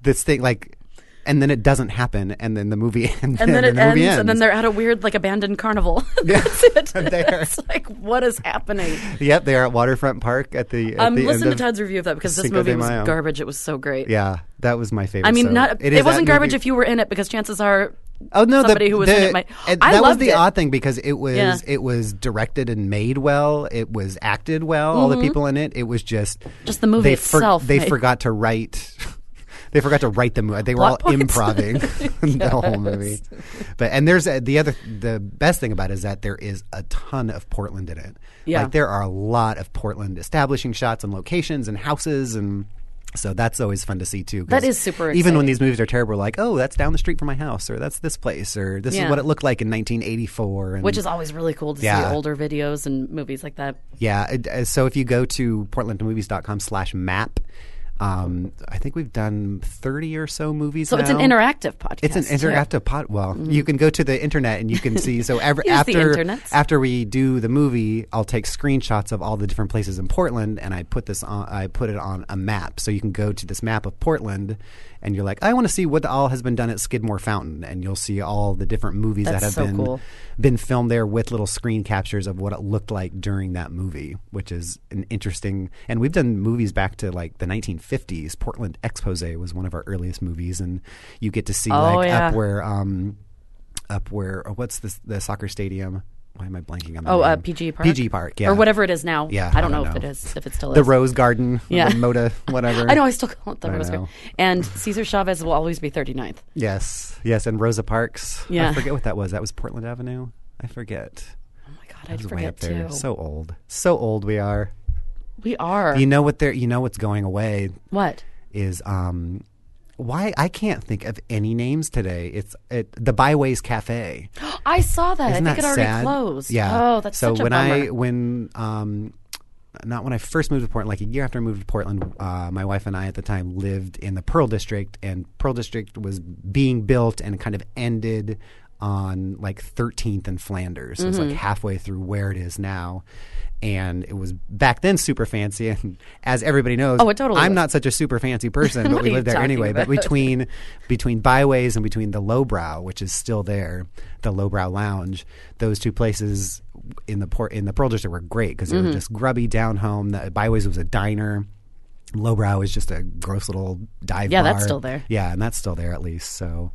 this thing like and then it doesn't happen and then the movie ends and then it the ends, movie and then they're at a weird like abandoned carnival. That's it. There. It's like what is happening? yep they are at waterfront park at the at Um, the listen end to of- Todd's review of that because this Cinco de movie was Mayo. garbage. It was so great. yeah that was my favorite I mean, so not it, is that wasn't garbage movie- if you were in it because chances are Oh no! somebody the, who was the, in it might. and I that was loved the it. odd thing because it was Yeah. it was directed and made well. It was acted well. All the people in it. It was just Mm-hmm. Just the movie they itself, they mate. forgot to write. They forgot to write the movie. They were all Plot points. improving the whole movie. But and there's a, the other the best thing about it is that there is a ton of Portland in it. Yeah. Like there are a lot of Portland establishing shots and locations and houses and. So that's always fun to see too. 'cause That is super Even when exciting. these movies are terrible, like oh, that's down the street from my house, or that's this place, or this Yeah. is what it looked like in 1984. And Which is always really cool to Yeah. see older videos and movies like that. yeah. it- uh, so if you go to portlandmovies.com/map, um, I think we've done 30 or so movies. So it's an now. interactive podcast. It's an interactive pod. Well, you can go to the internet and you can see. So ever, Use the after internets. after we do the movie, I'll take screenshots of all the different places in Portland, and I put this on. I put it on a map, so you can go to this map of Portland, and you're like, I want to see what all has been done at Skidmore Fountain, and you'll see all the different movies that have That's so been cool. been filmed there with little screen captures of what it looked like during that movie, which is an interesting. And we've done movies back to like the 1950s 1950s. Portland Expose was one of our earliest movies, and you get to see Oh, like yeah. up where um, up where oh, what's the the soccer stadium? Why am I blanking on that? Oh, uh, PG Park. PG Park, yeah, Or whatever it is now. Yeah, I don't, I don't know, if know. it is, if it still The is. Rose Garden, Yeah. the Moda, whatever. I know, I still call it the I Rose Garden. know. And Cesar Chavez will always be 39th. Yes, yes, and Rosa Parks. Yeah. I forget what that was. That was Portland Avenue. I forget. Oh my God, That I'd was way up forget there. too. So old. So old we are. we are. You know what? There. You know what's going away what? is um, why I can't think of any names today. It's at the Byways Cafe. I saw that. Isn't I think that it already sad? closed. Yeah. Oh, that's so such a when bummer. I when um, not when I first moved to Portland, like a year after I moved to Portland, uh, my wife and I at the time lived in the Pearl District, and Pearl District was being built and kind of ended on like 13th and Flanders. So It was Mm-hmm. like halfway through where it is now. And it was back then super fancy, and as everybody knows, Oh, it totally I'm was. not such a super fancy person, but What are we you lived there talking anyway. But about? between between byways and between the lowbrow, which is still there, the lowbrow lounge, those two places in the port in the Pearl District were great because Mm-hmm. they were just grubby down home. The byways was a diner. Lowbrow is just a gross little dive Yeah, bar. that's still there. Yeah, and that's still there at least. So,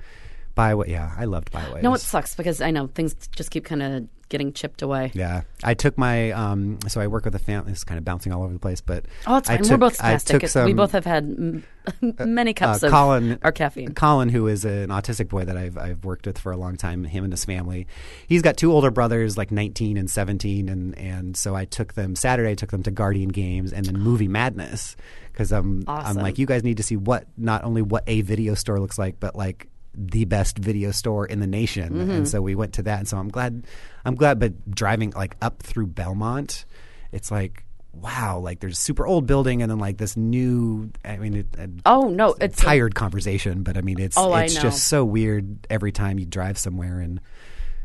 byway. Yeah, I loved byways. no, it sucks because I know things just keep kind of getting chipped away. Yeah, I took my um. So I work with a family. It's kind of bouncing all over the place, but Oh, it's I fine. We're took- both I took spastic. It- we some- both have had m- many cups uh, of Colin- uh, our caffeine. Colin, who is an autistic boy that I've I've worked with for a long time, him and his family. He's got two older brothers, like 19 and 17, and and so I took them Saturday. I took them to Guardian Games and then Movie Madness because I'm Awesome. I'm like you guys need to see what not only what a video store looks like, but like the best video store in the nation. And so we went to that. And so I'm glad I'm glad. But driving like up through Belmont, it's like. Wow, like there's super old building, and then like this new. I mean, it, it, Oh no, it's tired conversation, but I mean it's Oh, I it's know. just so weird every time you drive somewhere and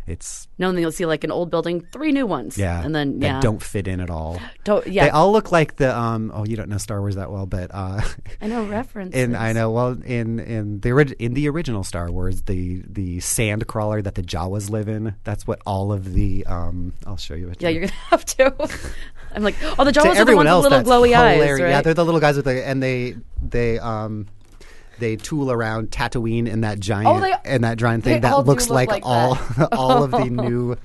it's no. And then you'll see like an old building, three new ones. yeah and then that yeah, don't fit in at all. Don't- yeah. They all look like the um oh you don't know Star Wars that well, but uh I know references. in I know well in in the orig- in the original Star Wars the the sand crawler that the Jawas live in, that's what all of the um I'll show you a Yeah, you're gonna have to. I'm like, oh, the Jawas to are the everyone ones else, with little that's glowy eyes, hilarious. right? Yeah, they're the little guys with the and they they um they tool around Tatooine and that giant Oh, they- and that giant they thing all that do looks look like, like all all of the new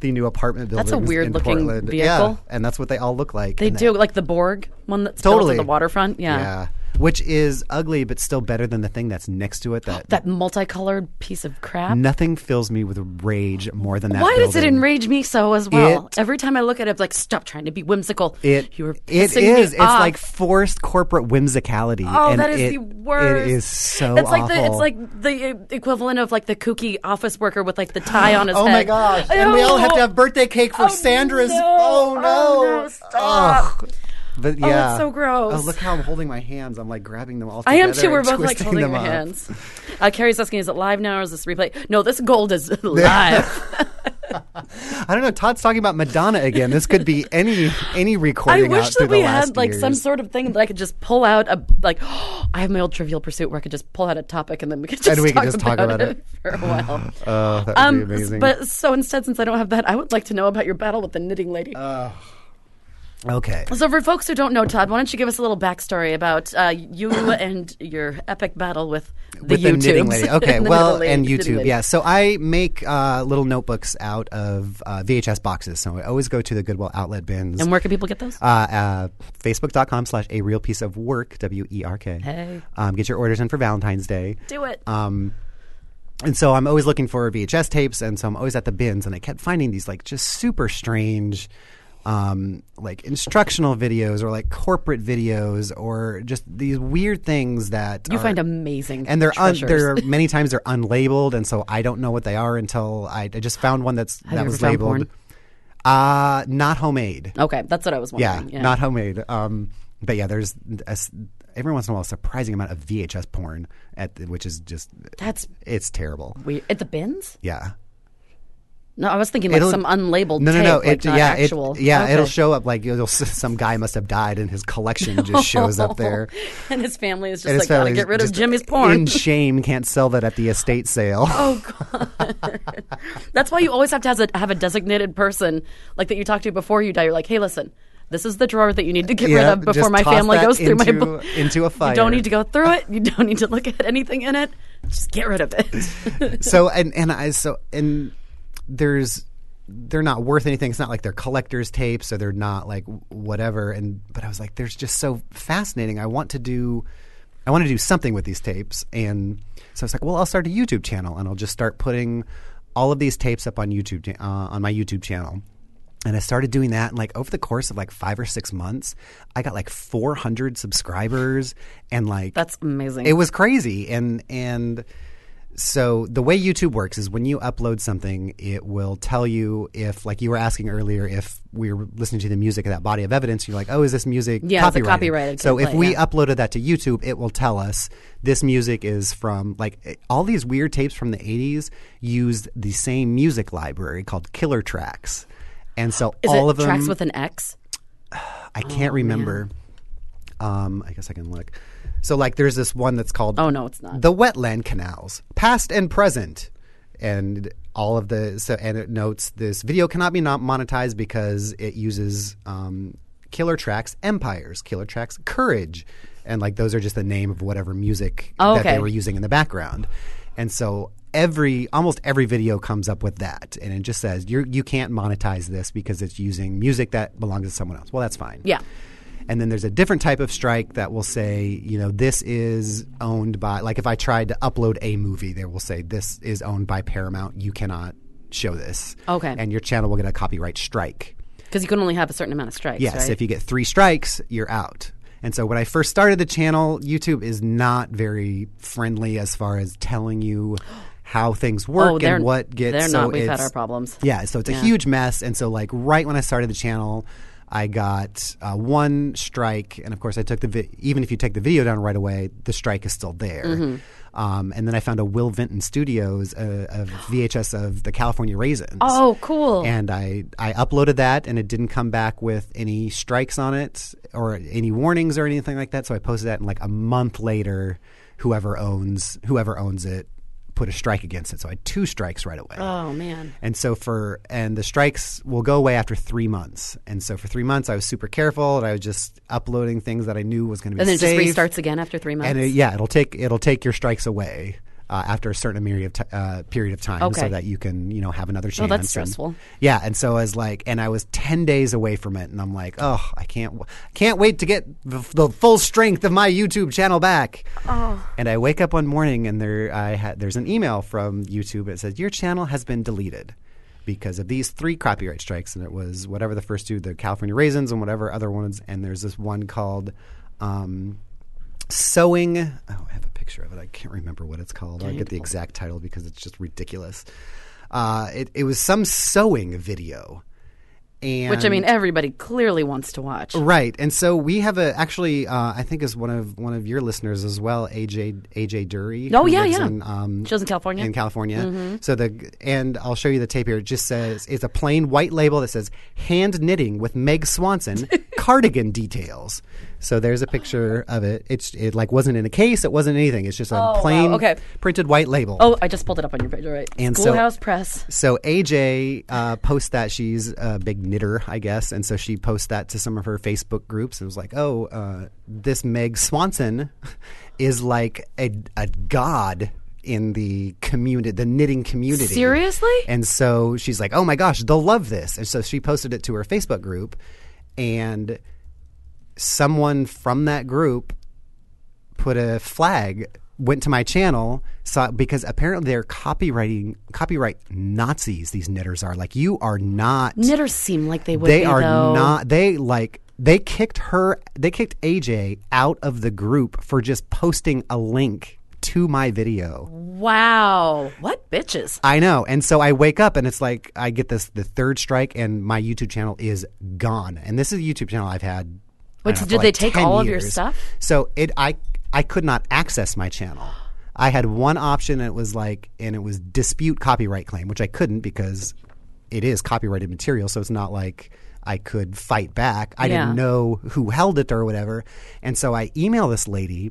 the new apartment buildings. a weird in looking Portland. Yeah, vehicle. and that's what they all look like. they And do like the Borg one that's built Totally. at the waterfront. that- Yeah. yeah, which is ugly but still better than the thing that's next to it. That, that multicolored piece of crap. nothing fills me with rage more than that. Why does it building. enrage me so as well? It- Every time I look at it, I'm like, stop trying to be whimsical. It you were it pissing me is. It's off. like forced corporate whimsicality. Oh, and that is it- the worst. It is so. It's like the it's awful. like the uh, equivalent of like the kooky office worker with like the tie on his Oh head. my gosh! And we all have to Oh. have birthday cake for Oh, Sandra's. no. Oh no! Oh, no, stop. Ugh. But yeah, so gross. Oh, look how I'm holding my hands. I'm like grabbing them all. I Together am too. We're and both like twisting holding them our up. hands. Uh, Carrie's asking, is it live now or is this replay? No, this gold is live. I don't know. Todd's talking about Madonna again. This could be any any I recording. wish out through that we the last had like years. some sort of thing that I could just pull out a like. I have my old Trivial Pursuit where I could just pull out a topic and then we could just, And we could talk, just talk about about it, for a while. Oh, that would Um, be amazing. But so instead, since I don't have that, I would like to know about your battle with the knitting lady. okay. so, for folks who don't know, Todd, why don't you give us a little backstory about uh, you and your epic battle with the with the knitting YouTubes. lady. The Okay, knitting well, lady- and knitting YouTube, lady. yeah. So I make uh, little notebooks out of uh, VHS boxes. So I always go to the Goodwill outlet bins. And where can people get those? uh, uh, facebook.com slash a real piece of work w-e-r-k Hey. um, get your orders in for valentine's day Do it. um, and so i'm always looking for vhs tapes and so i'm always at the bins and i kept finding these like just super strange um, like instructional videos or like corporate videos or just these weird things that you are- find amazing and they're un- treasures. they're many times they're unlabeled, and so I don't know what they are until I, I just found one that's that you ever was found labeled. Uh, not homemade. okay, that's what I was Yeah, wondering. not homemade. Um, but yeah, there's a s every once in a while a surprising amount of VHS porn at the- which is just that's it's terrible. weird. At the bins? Yeah. No, I was thinking like It'll- some unlabeled. No, no, tape, no. like it, not yeah, it- actual. yeah. Okay. It'll show up like you'll, some guy must have died, and his collection just shows up there. and his family is just And his like, gotta family's get rid of just Jimmy's porn. In shame, can't sell that at the estate sale. Oh God! That's why you always have to has a, have a designated person like that you talk to before you die. You're like, hey, listen, this is the drawer that you need to get rid Yeah, of before just my toss family that goes through my into- book. into a You fire. don't need to go through it. You don't need to look at anything in it. Just get rid of it. so and and I so and there's they're not worth anything. It's not like they're collectors tapes or they're not like whatever. And but I was like, there's just so fascinating. I want to do. I want to do something with these tapes, and so I was like, "Well, I'll start a YouTube channel, and I'll just start putting all of these tapes up on YouTube uh, on my YouTube channel." And I started doing that, and like over the course of like five or six months, I got like 400 subscribers, and like That's amazing. it was crazy, and and so the way YouTube works is when you upload something, it will tell you if, like you were asking earlier, if we were listening to the music of that body of evidence, you're like, oh, is this music Yeah, is it copyrighted? copyrighted? So if Like, we yeah. uploaded that to YouTube, it will tell us this music is from like eh, all these weird tapes from the '80s used the same music library called Killer Tracks, and so Is all it of them tracks with Oh, an X? I can't remember. Um, I guess I can look. So like, there's this one that's called Oh, no, it's not. the wetland canals, past and present, and all of the so and it notes this video cannot be not monetized because it uses um, Killer Tracks Empires, Killer Tracks Courage, and like those are just the name of whatever music Oh, that they okay. were using in the background, and so. Every almost every video comes up with that, and it just says you you can't monetize this because it's using music that belongs to someone else. Well, that's fine. Yeah. And then there's a different type of strike that will say, you know, this is owned by, like if I tried to upload a movie, they will say, this is owned by Paramount. You cannot show this. Okay. And your channel will get a copyright strike. Because you can only have a certain amount of strikes. Yes. right? If you get three strikes, you're out. And so when I first started the channel, YouTube is not very friendly as far as telling you how things work oh, they're and what gets they're so not. We've had it's- our problems. yeah, so it's a huge mess. And so, like, right when I started the channel, I got uh, one strike, and of course, I took the vi- even if you take the video down right away, the strike is still there. Mm-hmm. Um, and then I found a Will Vinton Studios uh, a VHS of the California Raisins. Oh, cool. And I, I uploaded that, and it didn't come back with any strikes on it or any warnings or anything like that. So I posted that, and like a month later, whoever owns whoever owns it put a strike against it. So I had two strikes right away. oh man. And so for and the strikes will go away after three months. And so for three months, I was super careful, and I was just uploading things that I knew was going to be And then it safe. just restarts again after three months. And it- yeah, it'll take it'll take your strikes away uh, after a certain period of ti- uh, period of time, so Okay. Oh, that you can you know have another chance. that's and- stressful. yeah, and so I was like, and I was ten days away from it, and I'm like, oh, I can't w- can't wait to get the, the full strength of my YouTube channel back. Oh. And I wake up one morning, and there I had there's an email from YouTube that says your channel has been deleted. Because of these three copyright strikes, and it was whatever the first two, the California raisins, and whatever other ones, and there's this one called um, sewing. Oh, I have a picture of it. I can't remember what it's called. I'll get the exact title because it's just ridiculous. Uh, it, it was some sewing video, and Which I mean, everybody clearly wants to watch. right? And so we have a actually, uh, I think is one of one of your listeners as well, AJ AJ Dury. Oh, who yeah, lives yeah. in, um, She lives in California. Mm-hmm. in California. So the and I'll show you the tape here. It just says it's a plain white label that says hand knitting with Meg Swanson cardigan details. So there's a picture of it. It's it like wasn't in a case. It wasn't anything. It's just a Oh, wow, plain okay. printed white label. Oh, I just pulled it up on your page. All right. And so- Schoolhouse Press. So AJ uh, posts that she's a big knitter, I guess, and so she posts that to some of her Facebook groups and was like, "Oh, uh, this Meg Swanson is like a, a god in the community, the knitting community." Seriously? And so she's like, "Oh my gosh, they'll love this!" And so she posted it to her Facebook group, and someone from that group put a flag went to my channel saw because apparently they're copywriting copyright Nazis these knitters are like you are not Knitters seem like they would. they be, are though. not they like they kicked her they kicked AJ out of the group for just posting a link to my video Wow. What bitches? I know. And so I wake up and it's like I get this the third strike and my YouTube channel is gone. And this is a YouTube channel I've had. I Wait, don't so know, did for they like take 10 all of your years. stuff? So it I I could not access my channel. I had one option and it was like and it was dispute copyright claim, which I couldn't because it is copyrighted material, so it's not like I could fight back. I Yeah. didn't know who held it or whatever. And so I email this lady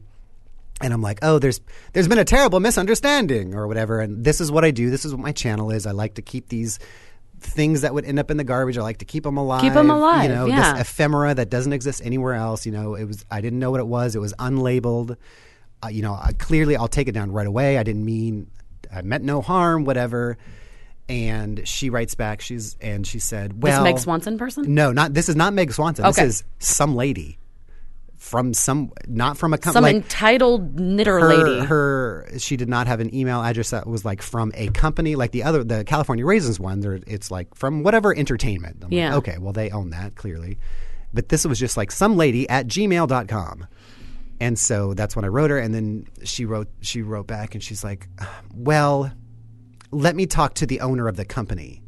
and I'm like, oh, there's there's been a terrible misunderstanding or whatever, and this is what I do. This is what my channel is. I like to keep these things that would end up in the garbage. I like to keep them alive. Keep 'em alive, You know, yeah. this ephemera that doesn't exist anywhere else. You know, it was I didn't know what it was. It was unlabeled. Uh, you know, I, clearly I'll take it down right away. I didn't mean I meant no harm. Whatever. And she writes back. She's and she said, This "Well, Meg Swanson person? No, not this is not Meg Swanson. Okay. This is some lady from some not from a company. Some like, entitled knitter her, lady. her she did not have an email address that was like from a company like the other the California Raisins one. There, it's like from whatever entertainment. I'm like, Yeah. okay, well they own that clearly, but this was just like some lady at gmail.com. And so that's when I wrote her, and then she wrote she wrote back, and she's like, "Well, let me talk to the owner of the company."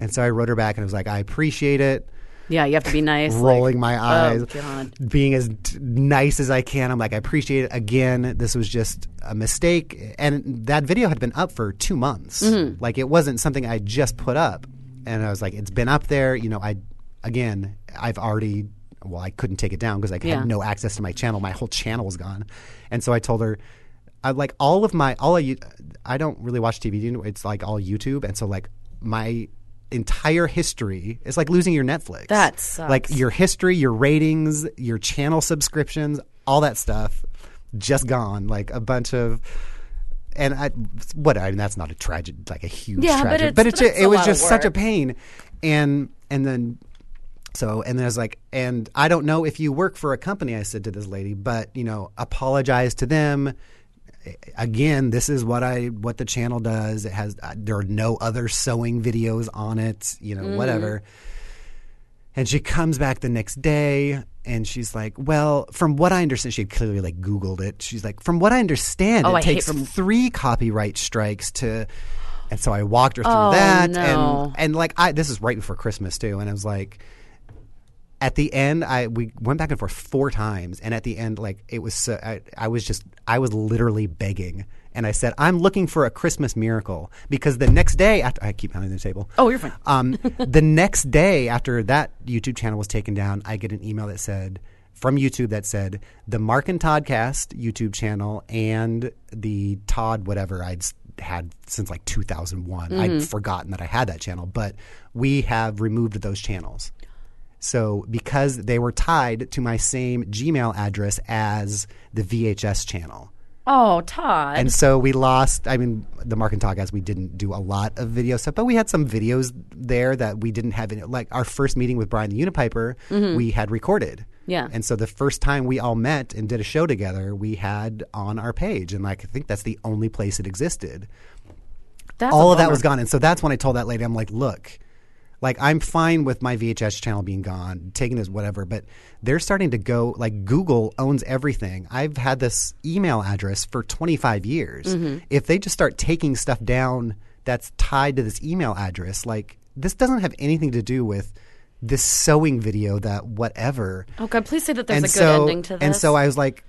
And so I wrote her back, and I was like, "I appreciate it." yeah, you have to be nice. rolling my eyes, oh, God. being as t- nice as I can. I'm like, I appreciate it. Again, this was just a mistake. And that video had been up for two months. Mm-hmm. Like, it wasn't something I just put up. And I was like, it's been up there. You know, I, again, I've already, well, I couldn't take it down because I Yeah. had no access to my channel. My whole channel was gone. And so I told her, I like all of my, all I, u- I don't really watch TV. you know, It's like all YouTube. And so, like, my, entire history is like losing your netflix That sucks. like your history, your ratings, your channel subscriptions, all that stuff, just gone. Like a bunch of, and I, what I mean, that's not a tragedy, like a huge Yeah, but tragedy, it's- but ju- it's it a was lot just of such a work. pain, and and then. So and then I was like, and I don't know if you work for a company. I said to this lady, but you know, apologize to them. Again, this is what I what the channel does. It has uh, there are no other sewing videos on it. You know, Mm-hmm. whatever. And she comes back the next day and she's like, Well, from what I understand, she had clearly like Googled it. She's like, From what I understand, Oh, it I hate takes from- three copyright strikes to. And so I walked her through Oh, that. no. And, and like, I, this is right before Christmas too. And I was like, at the end, I we went back and forth four times, and at the end, like it was, so, I, I was just, I was literally begging, and I said, "I'm looking for a Christmas miracle," because the next day, after, I keep pounding the table. Oh, you're fine. Um, the next day after that YouTube channel was taken down, I get an email that said from YouTube that said the Mark and Todd Cast YouTube channel and the Todd whatever I'd s- had since like 2001. I'd forgotten that I had that channel, but we have removed those channels. So because they were tied to my same Gmail address as the VHS channel. Oh, Todd. And so we lost. I mean, the Mark and Talk as we didn't do a lot of video stuff, but we had some videos there that we didn't have. Any, like our first meeting with Brian the Unipiper, we had recorded. Yeah. And so the first time we all met and did a show together, we had on our page, and like I think that's the only place it existed That's all a of that bummer. was gone. And so that's when I told that lady, I'm like, look, like I'm fine with my VHS channel being gone, taking this whatever, but they're starting to go like Google owns everything. I've had this email address for 25 years. Mm-hmm. If they just start taking stuff down that's tied to this email address, like this doesn't have anything to do with this sewing video that whatever Oh God! Please say that there's a good ending to this. and so I was like,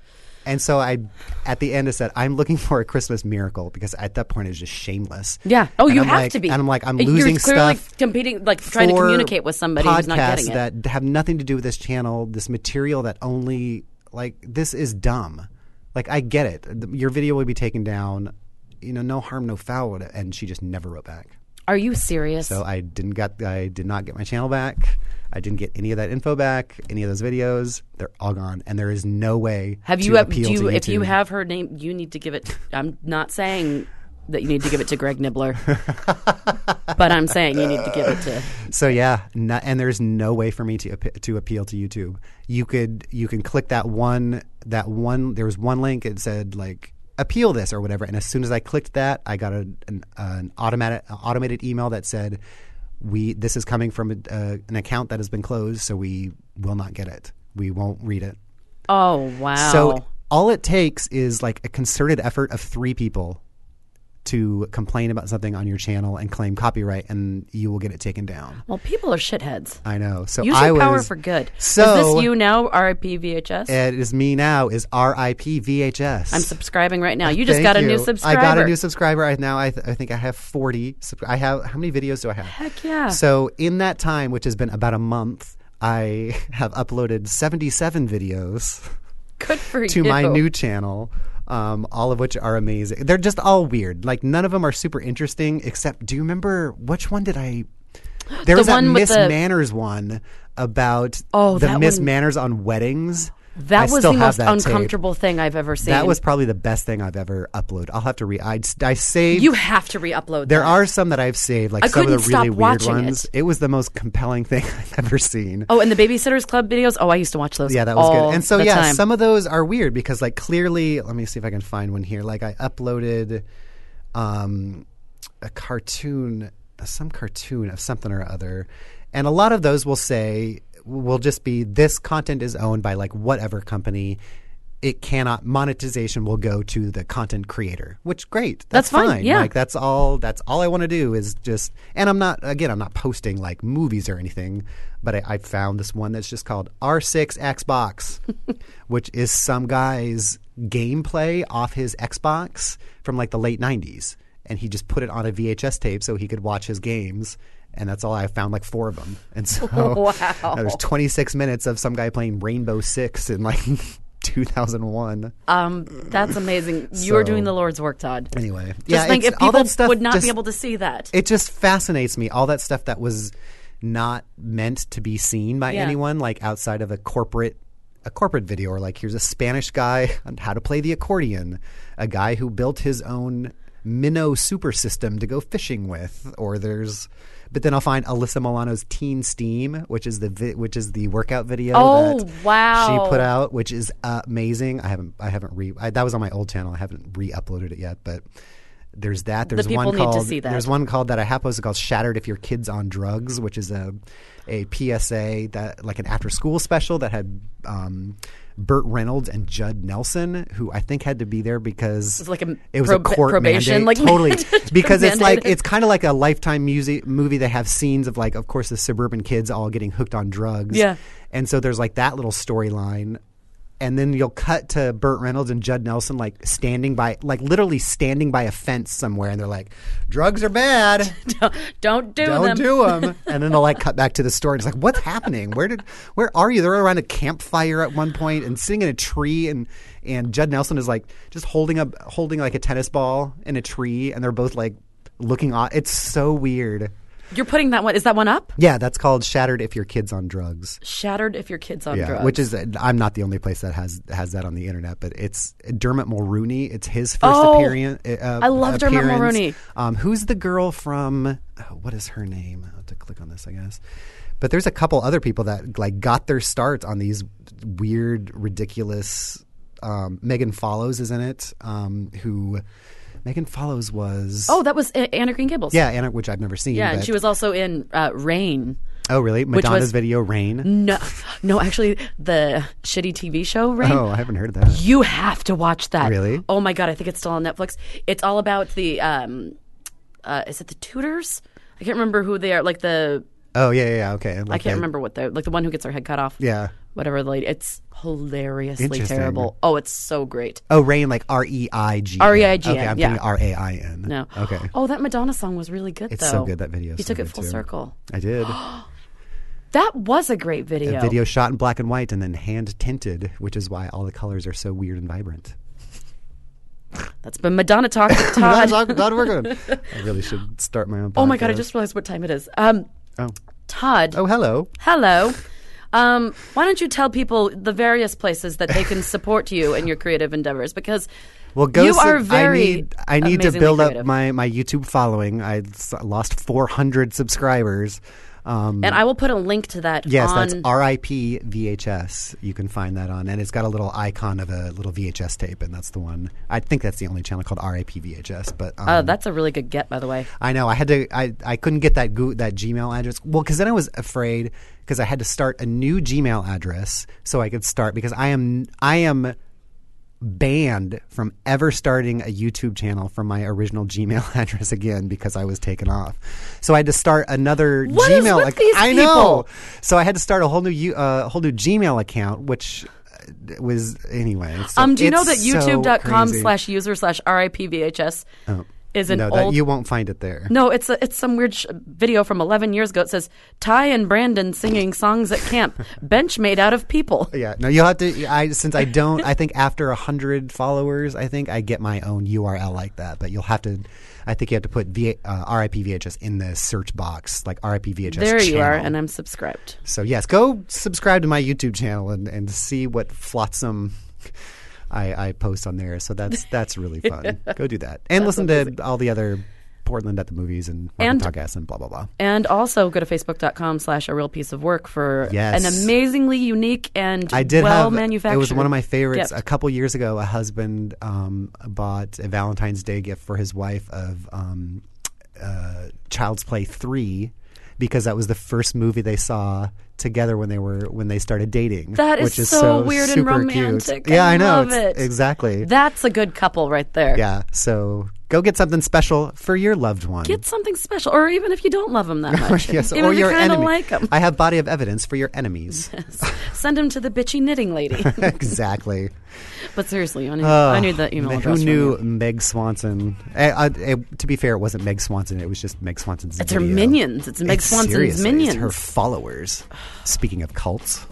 and so I, at the end, I said, I'm looking for a Christmas miracle because at that point it was just shameless. yeah. Oh, And you I'm have like- to be. And I'm like, I'm You're losing clearly stuff. competing, like trying to for communicate with somebody who's not podcasts getting it. that have nothing to do with this channel, this material that only like this is dumb. Like I get it. The- Your video will be taken down. You know, no harm, no foul. And she just never wrote back. Are you serious? So I didn't got I did not get my channel back. I didn't get any of that info back. Any of those videos, they're all gone, and there is no way. have to you? appeal do you, to if you YouTube. have her name, you need to give it. I'm not saying that you need to give it to Greg Nibbler, but I'm saying you need to give it to. So yeah, no, and there's no way for me to ap- to appeal to YouTube. You could you can click that one that one. There was one link. It said like appeal this or whatever. And as soon as I clicked that, I got a, an, uh, an automatic automated email that said we this is coming from a, uh, an account that has been closed, so we will not get it. We won't read it. Oh wow! So all it takes is like a concerted effort of three people to complain about something on your channel and claim copyright, and you will get it taken down. well, people are shitheads. I know. So Use I your was. power for good. is So- Eh, this you now? RIP VHS. It is me now. Is R.I.P. VHS. I'm subscribing right now. You just Thank got a you. new subscriber. I got a new subscriber. I now I, th- I think I have 40. Sub- I have how many videos do I have? Heck yeah. So in that time, which has been about a month, I have uploaded 77 videos Good for to you. my new channel. um, all of which are amazing. They're just all weird. Like none of them are super interesting. Except, do you remember which one did I? The There was that one with Miss the- Manners one about Oh, the that Miss one- Manners on weddings. I That was still the most have that tape. uncomfortable thing I've ever seen. That was probably the best thing I've ever uploaded. I'll have to re. I, I saved. You have to re-upload. there that. are some that I've saved, like some of the couldn't stop really weird watching ones. It. was the most compelling thing I've ever seen. Oh, and the Babysitters Club videos. Oh, I used to watch those. Yeah, that was all good. And so the yeah, time. some of those are weird because like clearly, let me see if I can find one here. Like I uploaded um a cartoon, some cartoon of something or other. And a lot of those will say will just be this content is owned by like whatever company. It cannot monetization will go to the content creator, which great. That's, That's fine, yeah. Like that's all that's all I want to do is just and I'm not again I'm not posting like movies or anything, but I, I found this one that's just called R6 Xbox, which is some guy's gameplay off his Xbox from like the late '90s, and he just put it on a VHS tape so he could watch his games. And that's all I found, like four of them. And so Wow. there's 26 minutes of some guy playing Rainbow Six in like 2001. Um, that's amazing. You are So- doing the Lord's work, Todd. Just Anyway, think it's- if all people that stuff would not just- be able to see that. it just fascinates me all that stuff that was not meant to be seen by Yeah. anyone like outside of a corporate a corporate video or like here's a spanish guy on how to play the accordion a guy who built his own minnow super system to go fishing with or there's but then I'll find Alyssa Milano's Teen Steam, which is the vi- which is the workout video Oh, that wow. she put out, which is amazing. I haven't I haven't re I, that was on my old channel. I haven't re-uploaded it yet, but there's that. There's people one need to called see that. there's one called that I have posted called "Shattered If Your Kids on Drugs," which is a a PSA that like an after school special that had um, Burt Reynolds and Judd Nelson, who I think had to be there because It was like a it was a prob- court probation, mandate. like- totally because it's like mandated. it's kind of like a lifetime music movie. They have scenes of like, of course, the suburban kids all getting hooked on drugs. Yeah. and so there's like that little storyline. And then you'll cut to Burt Reynolds and Judd Nelson like standing by, like literally standing by a fence somewhere, and they're like, "Drugs are bad, Don't do don't them. do them." and then they'll like cut back to the story. It's like, "What's happening? Where did? Where are you?" They're around a campfire at one point and sitting in a tree, and and Judd Nelson is like just holding up, holding like a tennis ball in a tree, and they're both like looking off. It's so weird. You're putting that one. Is that one up? Yeah, that's called "Shattered If Your Kids on Drugs." Shattered if your kids on Yeah, drugs. which is I'm not the only place that has has that on the internet, but it's Dermot Mulrooney. It's his first Oh, appearance. Uh, I love Dermot appearance. Mulroney. Um, who's the girl from? oh, what is her name? I will have to click on this, I guess. But there's a couple other people that like got their start on these weird, ridiculous. Um, Megan Follows is in it. Um, who Megan Follows was? oh, that was A- Anna Green Gables. yeah, Anna, which I've never seen. yeah, but- and she was also in uh, Rain. Oh, really? Madonna's was- video Rain. No, no, actually, the shitty TV show Rain. Oh, I haven't heard of that. You have to watch that. Really? Oh my god, I think it's still on Netflix. It's all about the um, uh, is it the tutors? I can't remember who they are. Like the Oh, yeah, yeah, yeah. Okay. I can't remember what they're like. The one who gets her head cut off. Yeah. Whatever the lady. It's hilariously Interesting. terrible. Oh, it's so great. Oh, rain like R E I G. R.E.I.G.N., Okay, I'm yeah. thinking R A I N. No. Okay. Oh, that Madonna song was really good. It's though. so good that video. You is so took it good, full too. circle. I did. That was a great video. A video shot in black and white and then hand tinted, which is why all the colors are so weird and vibrant. That's been Madonna talk with Todd. Glad- glad- glad we're good. I really should start my own. oh my god, I podcast. just realized what time it is. Um, Oh. Todd. Oh, hello. Hello. Um, why don't you tell people the various places that they can support you in your creative endeavors? Because Well, go. you sub- are very. I need, I need to amazingly build creative. up my, my YouTube following. I s- lost 400 subscribers. Um, And I will put a link to that. Yes, on, that's RIP VHS. You can find that on, and it's got a little icon of a little VHS tape, and that's the one. I think that's the only channel called RIP VHS. But um, Oh, that's a really good get, by the way. I know I had to. I, I couldn't get that goo that Gmail address. Well, because then I was afraid because I had to start a new Gmail address so I could start because I am I am banned from ever starting a YouTube channel from my original Gmail address again because I was taken off. So I had to start another What is Gmail. with these I know. people? So I had to start a whole new U- uh, whole new Gmail account, which uh, was anyway. it's so- Um, do you know it's that so youtube.com crazy. slash user slash RIP VHS is an Oh. no, old. that you won't find it there. no, it's a, it's some weird sh- video from 11 years ago. It says Ty and Brandon singing songs at camp, bench made out of people. Yeah, no, you'll have to. I since I don't, I think after hundred followers, I think I get my own URL like that. But you'll have to. I think you have to put v, uh, RIP VHS in the search box, like RIP VHS. There you are, channel. and I'm subscribed. So yes, go subscribe to my YouTube channel and, and see what flotsam I, I post on there. So that's that's really fun. go do that and listen to all the other Portland at the movies and And- Marvin podcasts and blah blah blah. And also go to facebook.com slash a real piece of work for Yes. an amazingly unique and I did well have manufactured. It was one of my favorites. gift. A couple years ago, a husband um, bought a Valentine's Day gift for his wife of um, uh, Child's Play three because that was the first movie they saw together when they were when they started dating. That is which is so so weird and super romantic. Cute. Yeah, I I, know love It's- it. exactly. That's a good couple right there. yeah, so go get something special for your loved one. Get something special, or even if you don't love them that much, yes, even or if your you kind of enemy. like them, I have body of evidence for your enemies. send them to the bitchy knitting lady. exactly. but seriously, I need, Oh, I need that email man, address. from Who knew you. Meg Swanson? Eh, I- eh, to be fair, it wasn't Meg Swanson. It was just Meg Swanson's. It's her minions. It's Meg Swanson's minions. her followers. Speaking of cults,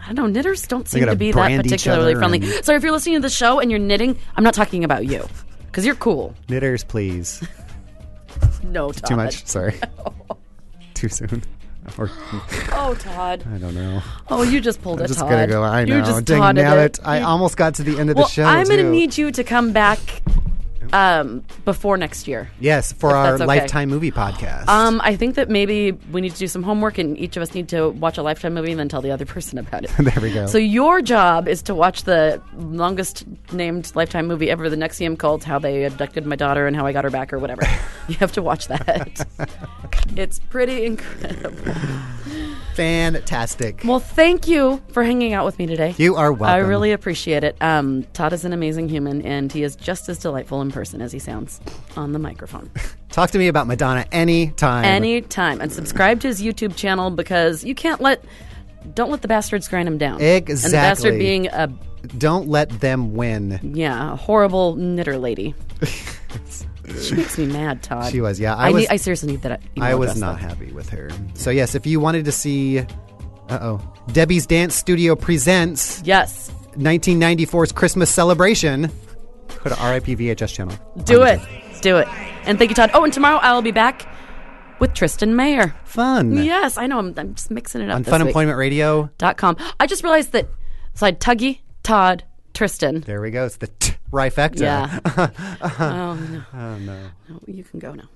I don't know. Knitters don't seem gotta to be that brand each particularly other friendly. and- So if you're listening to the show and you're knitting, I'm not talking about you because you're cool. knitters, please. No, Todd. Too much. Sorry. Too soon. Or Oh, Todd. I don't know. Oh, you just pulled I'm it, just Todd. gonna go. I know. You just Dang, Todded nail it. it. I almost got to the end of well, the show. I'm gonna too. need you to come back um, before next year. yes for our that's okay. lifetime movie podcast. Um, I think that maybe we need to do some homework, and each of us need to watch a Lifetime movie and then tell the other person about it. There we go. So your job is to watch the longest named Lifetime movie ever, the Nexium cult, how they abducted my daughter and how I got her back, or whatever. you have to watch that. it's pretty incredible. Fantastic. Well, thank you for hanging out with me today. You are welcome. I really appreciate it. Um, Todd is an amazing human, and he is just as delightful in person as he sounds on the microphone. talk to me about Madonna anytime. Anytime. And subscribe to his YouTube channel because you can't let don't let the bastards grind him down. And the Exactly. bastard being a Don't let them win. yeah, a horrible knitter lady. she makes me mad, Todd. She was, yeah. I I, was- need, I seriously need that. email I was address, not though. happy with her. So yes, if you wanted to see, uh oh, Debbie's Dance Studio presents Yes. 1994's Christmas Celebration, go to RIP VHS channel. Do On it. YouTube. Do it. And thank you, Todd. Oh, and tomorrow I'll be back with Tristan Mayer. Fun Yes, I know. I'm, I'm just mixing it up. on this Fun week. Employment Radio. dot com. I just realized that. So I had Tuggy, Todd, Tristan. There we go. It's the t- trifecta. Yeah. oh no. Oh no. You can go now.